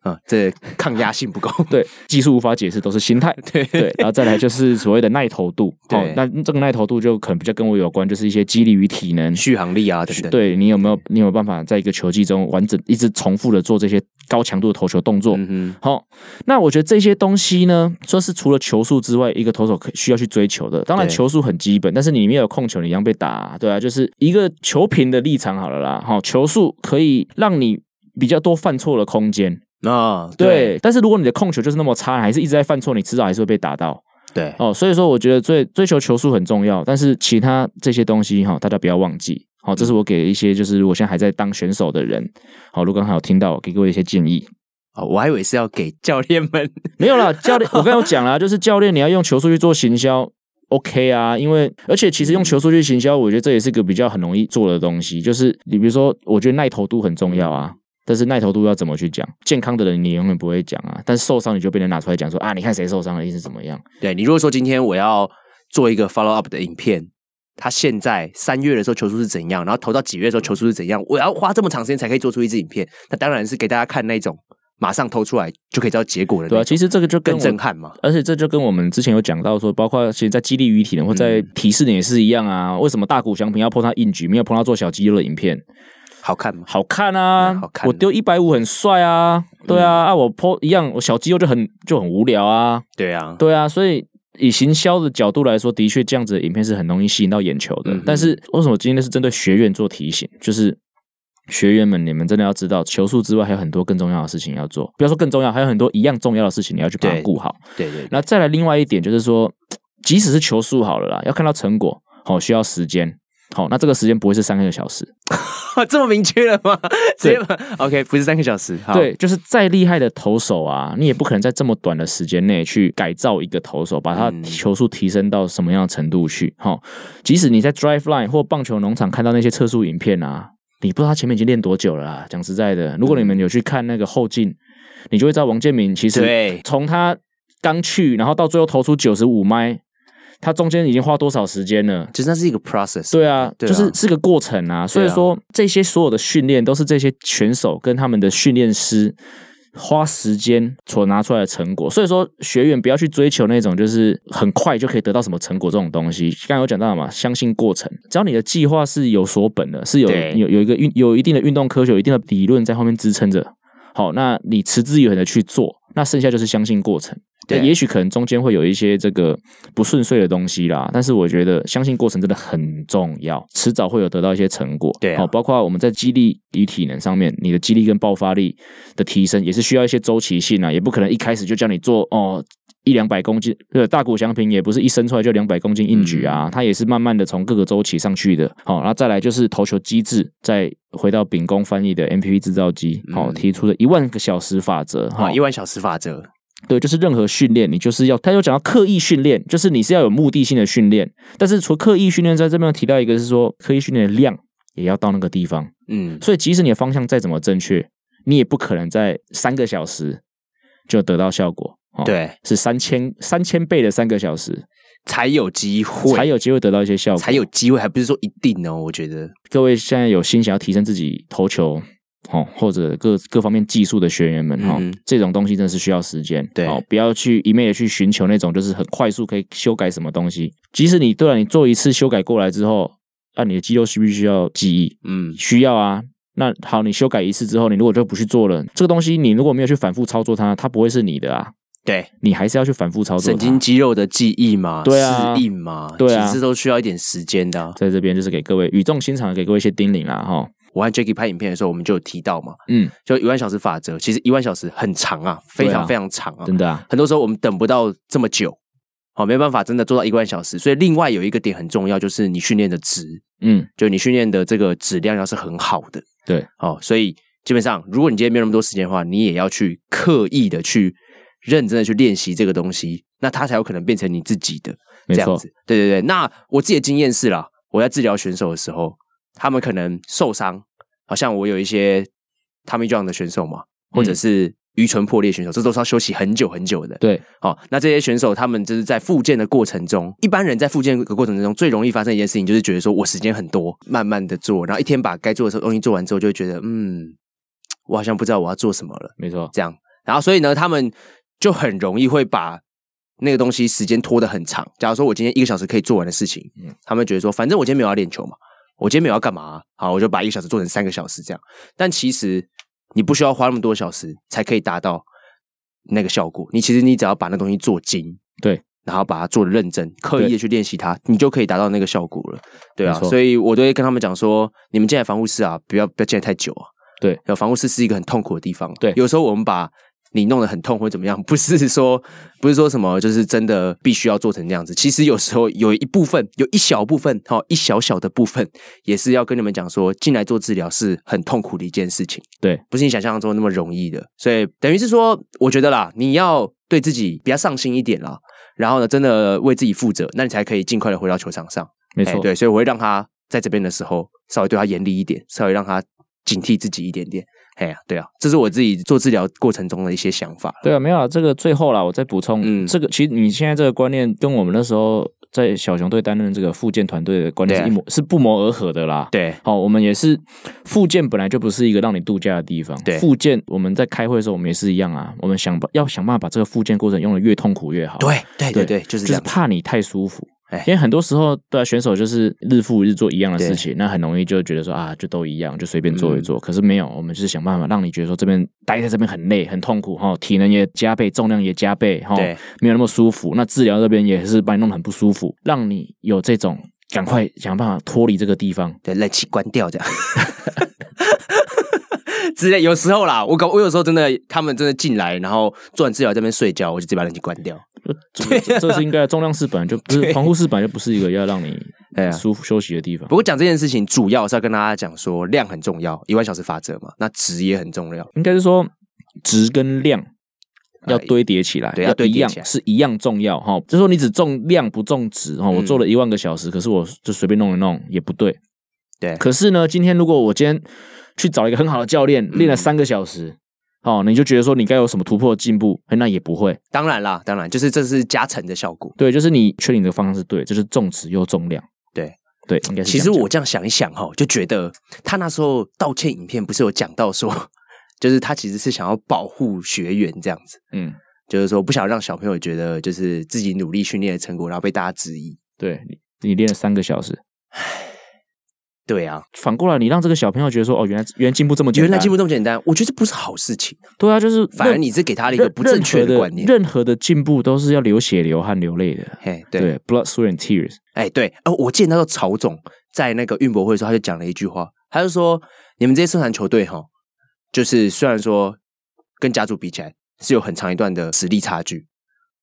[SPEAKER 1] 啊，这抗压性不够，
[SPEAKER 2] 对技术无法解释，都是心态。
[SPEAKER 1] 对
[SPEAKER 2] 对，然后再来就是所谓的耐投度，哦
[SPEAKER 1] 对，
[SPEAKER 2] 那这个耐投度就可能比较跟我有关，就是一些肌力与体能，
[SPEAKER 1] 续航力啊等等，
[SPEAKER 2] 对你有没有你有没有办法在一个球季中完整一直重复的做这些高强度的投球动作？
[SPEAKER 1] 嗯哼，
[SPEAKER 2] 好、那我觉得这些东西呢，说是除了球速之外，一个投手可需要去追求的。当然，
[SPEAKER 1] 对
[SPEAKER 2] 球速很基本，但是你没有控球，你一样被打、对啊，就是一个球评的立场好了啦。好、球速可以让你比较多犯错的空间，
[SPEAKER 1] 啊，
[SPEAKER 2] 对。但是如果你的控球就是那么差，还是一直在犯错，你迟早还是会被打到
[SPEAKER 1] 对，
[SPEAKER 2] 哦。所以说，我觉得追追求球速很重要，但是其他这些东西哈、大家不要忘记。好、这是我给一些就是如果现在还在当选手的人，好、如果刚好有听到，给各位一些建议。
[SPEAKER 1] 哦，我还以为是要给教练们，
[SPEAKER 2] 没有啦，教练，我刚刚有讲啦，就是教练你要用球速去做行销。OK 啊，因为而且其实用球速去行销，我觉得这也是个比较很容易做的东西。就是你比如说，我觉得耐投度很重要啊，但是耐投度要怎么去讲？健康的人你永远不会讲啊，但是受伤你就被人拿出来讲说啊，你看谁受伤了，一定是怎么样？
[SPEAKER 1] 对你如果说今天我要做一个 follow up 的影片，他现在三月的时候球速是怎样，然后投到几月的时候球速是怎样，我要花这么长时间才可以做出一支影片，那当然是给大家看那种马上投出来就可以知道结果的那
[SPEAKER 2] 对啊，
[SPEAKER 1] 种，
[SPEAKER 2] 其实这个就跟
[SPEAKER 1] 更
[SPEAKER 2] 我
[SPEAKER 1] 震撼嘛。
[SPEAKER 2] 而且这就跟我们之前有讲到说，包括其实在激励鱼体能或在提示你也是一样啊。为什么大谷翔平要碰他硬举，没有碰他做小肌肉的影片？
[SPEAKER 1] 好看吗？
[SPEAKER 2] 好看啊，
[SPEAKER 1] 嗯好看嗯
[SPEAKER 2] 我丢一百五很帅啊，对啊，啊我 po 一样，我小肌肉就很就很无聊啊，
[SPEAKER 1] 对啊，
[SPEAKER 2] 对啊，所以以行销的角度来说，的确这样子的影片是很容易吸引到眼球的。
[SPEAKER 1] 嗯哼
[SPEAKER 2] 但是为什么今天是针对学院做提醒，就是。学员们，你们真的要知道，球速之外还有很多更重要的事情要做。不要说更重要，还有很多一样重要的事情你要去把它
[SPEAKER 1] 对
[SPEAKER 2] 顾好。
[SPEAKER 1] 对对 对，
[SPEAKER 2] 那再来另外一点就是说，即使是球速好了啦，要看到成果，好、需要时间。好、那这个时间不会是三个小时，
[SPEAKER 1] 这么明确了吗？直接把 OK，不是三个小时，好，
[SPEAKER 2] 对，就是再厉害的投手啊，你也不可能在这么短的时间内去改造一个投手，把他
[SPEAKER 1] 嗯
[SPEAKER 2] 球速提升到什么样的程度去。哈、即使你在 Drive Line 或棒球农场看到那些测速影片啊，你不知道他前面已经练多久了啊。讲实在的，如果你
[SPEAKER 1] 嗯
[SPEAKER 2] 们有去看那个后进，你就会知道王建民其实
[SPEAKER 1] 对
[SPEAKER 2] 从他刚去，然后到最后投出九十五迈，他中间已经花多少时间了。
[SPEAKER 1] 就是那是一个 process，
[SPEAKER 2] 对啊，
[SPEAKER 1] 对啊
[SPEAKER 2] 就是是个过程啊。所以说，这些所有的训练都是这些选手跟他们的训练师花时间所拿出来的成果。所以说，学员不要去追求那种就是很快就可以得到什么成果这种东西。刚刚有讲到嘛，相信过程，只要你的计划是有所本的，是有
[SPEAKER 1] 对
[SPEAKER 2] 有有一个运有一定的运动科学、有一定的理论在后面支撑着。好，那你持之以恒的去做，那剩下就是相信过程。
[SPEAKER 1] 对
[SPEAKER 2] 也许可能中间会有一些这个不顺遂的东西啦，但是我觉得相信过程真的很重要，迟早会有得到一些成果。
[SPEAKER 1] 对啊
[SPEAKER 2] 哦，包括我们在激励与体能上面，你的激励跟爆发力的提升也是需要一些周期性啊，也不可能一开始就叫你做哦。一两百公斤，呃，大谷翔平也不是一生出来就两百公斤硬举
[SPEAKER 1] 嗯
[SPEAKER 2] 啊，他也是慢慢的从各个周期上去的。好、那再来就是投球机制，再回到秉公翻译的 MPV 制造机，好、
[SPEAKER 1] 嗯
[SPEAKER 2] 提出的一万个小时法则，哈、
[SPEAKER 1] 啊，一万小时法则，
[SPEAKER 2] 对，就是任何训练，你就是要，他有讲到刻意训练，就是你是要有目的性的训练。但是除了刻意训练，在这边有提到一个是说，刻意训练的量也要到那个地方。
[SPEAKER 1] 嗯，
[SPEAKER 2] 所以即使你的方向再怎么正确，你也不可能在三个小时就得到效果。哦，
[SPEAKER 1] 对，
[SPEAKER 2] 是三千三千倍的三个小时，
[SPEAKER 1] 才有机会，
[SPEAKER 2] 才有机会得到一些效果。
[SPEAKER 1] 才有机会，还不是说一定哦，我觉得，
[SPEAKER 2] 各位现在有心想要提升自己投球哦，或者各各方面技术的学员们哈、哦
[SPEAKER 1] 嗯
[SPEAKER 2] 这种东西真的是需要时间，
[SPEAKER 1] 对
[SPEAKER 2] 哦，不要去一昧的去寻求那种就是很快速可以修改什么东西。即使你对了，你做一次修改过来之后，那、你的肌肉需不需要记忆？
[SPEAKER 1] 嗯，
[SPEAKER 2] 需要啊。那好，你修改一次之后，你如果就不去做了，这个东西你如果没有去反复操作它，它不会是你的啊，
[SPEAKER 1] 对，
[SPEAKER 2] 你还是要去反复操作
[SPEAKER 1] 神
[SPEAKER 2] 它。
[SPEAKER 1] 经肌肉的记忆嘛，
[SPEAKER 2] 啊对啊
[SPEAKER 1] 适应嘛，
[SPEAKER 2] 对啊
[SPEAKER 1] 其实都需要一点时间的啊、
[SPEAKER 2] 在这边就是给各位语重心长地给各位一些叮咛啦，哈，
[SPEAKER 1] 我和 Jacky 拍影片的时候，我们就有提到嘛，
[SPEAKER 2] 嗯，
[SPEAKER 1] 就一万小时法则，其实一万小时很长啊，非
[SPEAKER 2] 对
[SPEAKER 1] 常
[SPEAKER 2] 啊
[SPEAKER 1] 非常长啊，
[SPEAKER 2] 真的啊，
[SPEAKER 1] 很多时候我们等不到这么久，好、没办法真的做到一万小时。所以另外有一个点很重要，就是你训练的值，
[SPEAKER 2] 嗯，
[SPEAKER 1] 就你训练的这个质量要是很好的，
[SPEAKER 2] 对，
[SPEAKER 1] 好、所以基本上如果你今天没有那么多时间的话，你也要去刻意的去认真的去练习这个东西，那它才有可能变成你自己的。
[SPEAKER 2] 没
[SPEAKER 1] 这样
[SPEAKER 2] 错，
[SPEAKER 1] 子。对对对，那我自己的经验是啦，我在治疗选手的时候，他们可能受伤，好像我有一些 Tommy John 的选手嘛，或者是愚唇破裂选手，这都是要休息很久很久的。
[SPEAKER 2] 嗯对，
[SPEAKER 1] 好、那这些选手他们就是在复健的过程中，一般人在复健的过程中最容易发生一件事情，就是觉得说我时间很多，慢慢的做，然后一天把该做的东西做完之后，就会觉得嗯，我好像不知道我要做什么了。
[SPEAKER 2] 没错，
[SPEAKER 1] 这样。然后所以呢，他们就很容易会把那个东西时间拖得很长。假如说我今天一个小时可以做完的事情，
[SPEAKER 2] 嗯
[SPEAKER 1] 他们觉得说，反正我今天没有要练球嘛，我今天没有要干嘛啊、好，我就把一个小时做成三个小时这样。但其实你不需要花那么多小时才可以达到那个效果。你其实你只要把那东西做精，
[SPEAKER 2] 对。
[SPEAKER 1] 然后把它做的认真，刻意的去练习它，你就可以达到那个效果了，对啊
[SPEAKER 2] 没，错
[SPEAKER 1] 所以我都会跟他们讲说，你们进来防护室啊，不要不要进来太久啊，有防护室是一个很痛苦的地方。
[SPEAKER 2] 对
[SPEAKER 1] 有时候我们把你弄得很痛或怎么样，不是说不是说什么，就是真的必须要做成那样子。其实有时候有一部分，有一小部分，哈、一小小的部分，也是要跟你们讲说，进来做治疗是很痛苦的一件事情，
[SPEAKER 2] 对，
[SPEAKER 1] 不是你想象中那么容易的。所以等于是说，我觉得啦，你要对自己比较上心一点啦。然后呢，真的为自己负责，那你才可以尽快的回到球场上。
[SPEAKER 2] 没
[SPEAKER 1] 哎
[SPEAKER 2] 错，
[SPEAKER 1] 对，所以我会让他在这边的时候稍微对他严厉一点，稍微让他警惕自己一点点。哎呀，对啊，这是我自己做治疗过程中的一些想法。
[SPEAKER 2] 对啊，没有啊，这个最后啦，我再补充，
[SPEAKER 1] 嗯
[SPEAKER 2] 这个其实你现在这个观念跟我们那时候在小熊队担任这个复健团队的观念
[SPEAKER 1] 对啊
[SPEAKER 2] 是一模是不谋而合的啦。
[SPEAKER 1] 对，
[SPEAKER 2] 好，我们也是复健本来就不是一个让你度假的地方。
[SPEAKER 1] 对
[SPEAKER 2] 复健我们在开会的时候，我们也是一样啊，我们想要想办法把这个复健过程用的越痛苦越好。
[SPEAKER 1] 对，对，对，
[SPEAKER 2] 对
[SPEAKER 1] 对，就是这
[SPEAKER 2] 就是
[SPEAKER 1] 样子。
[SPEAKER 2] 怕你太舒服
[SPEAKER 1] 哎。
[SPEAKER 2] 因为很多时候，对啊，选手就是日复一日做一样的事情，那很容易就觉得说啊，就都一样，就随便做一
[SPEAKER 1] 嗯
[SPEAKER 2] 做。可是没有，我们就是想办法让你觉得说这边待在这边很累、很痛苦哈，体能也加倍，重量也加倍哈，
[SPEAKER 1] 对
[SPEAKER 2] 没有那么舒服。那治疗这边也是把你弄得很不舒服，让你有这种赶快想办法脱离这个 地方。
[SPEAKER 1] 对，冷气关掉这样。之类，有时候啦，我搞我有时候真的，他们真的进来，然后做完治疗在那边睡觉，我就直接把冷气关掉。
[SPEAKER 2] 这这这是应该的重量室本来就不是防护室本来就不是一个要让你
[SPEAKER 1] 哎呀
[SPEAKER 2] 舒服休息的地方
[SPEAKER 1] 不。过讲这件事情，主要是要跟大家讲说，量很重要，一万小时法则嘛，那值也很重要。
[SPEAKER 2] 应该是说值跟量要堆叠起来，
[SPEAKER 1] 呃对要
[SPEAKER 2] 要
[SPEAKER 1] 堆
[SPEAKER 2] 一
[SPEAKER 1] 叠
[SPEAKER 2] 样
[SPEAKER 1] 起来
[SPEAKER 2] 是一样重要哈。就说你只重量不重值哈，我做
[SPEAKER 1] 嗯
[SPEAKER 2] 了一万个小时，可是我就随便弄一弄也不对。
[SPEAKER 1] 对
[SPEAKER 2] 可是呢，今天如果我今天去找一个很好的教练，练
[SPEAKER 1] 嗯
[SPEAKER 2] 了三个小时。哦，你就觉得说你该有什么突破进步，哎那也不会。
[SPEAKER 1] 当然啦，当然，就是这是加成的效果。
[SPEAKER 2] 对，就是你确定你的方向是对，就是重质又重量。
[SPEAKER 1] 对
[SPEAKER 2] 对，应该是这
[SPEAKER 1] 其
[SPEAKER 2] 样
[SPEAKER 1] 实
[SPEAKER 2] 讲
[SPEAKER 1] 我这样想一想哈，就觉得他那时候道歉影片不是有讲到说， 就是他其实是想要保护学员这样子，
[SPEAKER 2] 嗯，
[SPEAKER 1] 就是说不想让小朋友觉得就是自己努力训练的成果，然后被大家质疑。
[SPEAKER 2] 对你你练了三个小时，
[SPEAKER 1] 对啊，
[SPEAKER 2] 反过来你让这个小朋友觉得说哦，原来原来进步这么简单，
[SPEAKER 1] 原来进步这么简单，我觉得这不是好事情，
[SPEAKER 2] 对啊，就是
[SPEAKER 1] 反而
[SPEAKER 2] 任
[SPEAKER 1] 你是给他了一
[SPEAKER 2] 任
[SPEAKER 1] 个不正确
[SPEAKER 2] 任何
[SPEAKER 1] 的观念。
[SPEAKER 2] 任何的进步都是要流血、流汗、流泪的。
[SPEAKER 1] 嘿，对，
[SPEAKER 2] 对，blood, sweat and tears。
[SPEAKER 1] 哎，对，哦，我记得那时候曹总在那个运博会的时候，他就讲了一句话，他就说：“你们这些社团球队哈，就是虽然说跟甲组比起来是有很长一段的实力差距，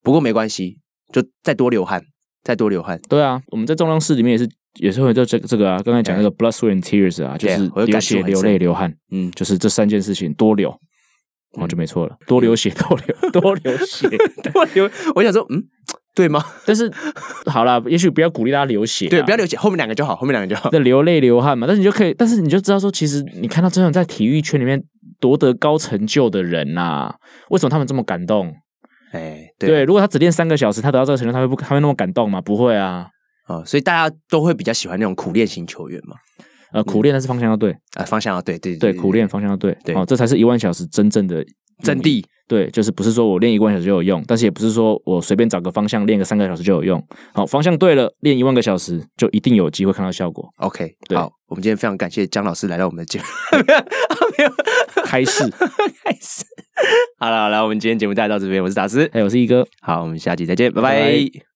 [SPEAKER 1] 不过没关系，就再多流汗，再多流汗。
[SPEAKER 2] 对啊，我们在重量室里面也是也是会做这这个啊，刚才讲那个 blood, sweat and tears 啊，就
[SPEAKER 1] 对
[SPEAKER 2] 是
[SPEAKER 1] 我有
[SPEAKER 2] 流
[SPEAKER 1] 感触
[SPEAKER 2] 血、
[SPEAKER 1] 很
[SPEAKER 2] 流
[SPEAKER 1] 深
[SPEAKER 2] 泪、流汗，”
[SPEAKER 1] 嗯，
[SPEAKER 2] 就是这三件事情多流，哦，就没错了，多流
[SPEAKER 1] 嗯
[SPEAKER 2] 血、多流、 多流血。
[SPEAKER 1] 我流，我想说，嗯，对 吗？
[SPEAKER 2] 但是好啦，也许不要鼓励大家流血啊，
[SPEAKER 1] 对，不要流血，后面两个就好，后面两个就好。
[SPEAKER 2] 那流泪流汗嘛，但是你就可以，但是你就知道说，其实你看到这种在体育圈里面夺得高成就的人呐、为什么他们这么感动？
[SPEAKER 1] 哎，
[SPEAKER 2] 对
[SPEAKER 1] 对
[SPEAKER 2] 如果他只练三个小时，他得到这个成就，他会不他会那么感动吗？不会啊，
[SPEAKER 1] 哦，所以大家都会比较喜欢那种苦练型球员嘛。
[SPEAKER 2] 呃，苦练但是方向要对，
[SPEAKER 1] 啊，方向要对对
[SPEAKER 2] 对，苦练方向要对，
[SPEAKER 1] 对
[SPEAKER 2] 哦，这才是一万小时真正的
[SPEAKER 1] 真。谛，
[SPEAKER 2] 对，就是不是说我练一个万小时就有用，但是也不是说我随便找个方向练个三个小时就有用。好、方向对了，练一万个小时就一定有机会看到效果。
[SPEAKER 1] OK，
[SPEAKER 2] 对
[SPEAKER 1] 好，我们今天非常感谢姜老师来到我们的节目。
[SPEAKER 2] 开 始，
[SPEAKER 1] 开始。好了好了，我们今天节目大概到这边，我是达斯。
[SPEAKER 2] 哎，我是一哥。
[SPEAKER 1] 好，我们下期再见，拜拜
[SPEAKER 2] 拜拜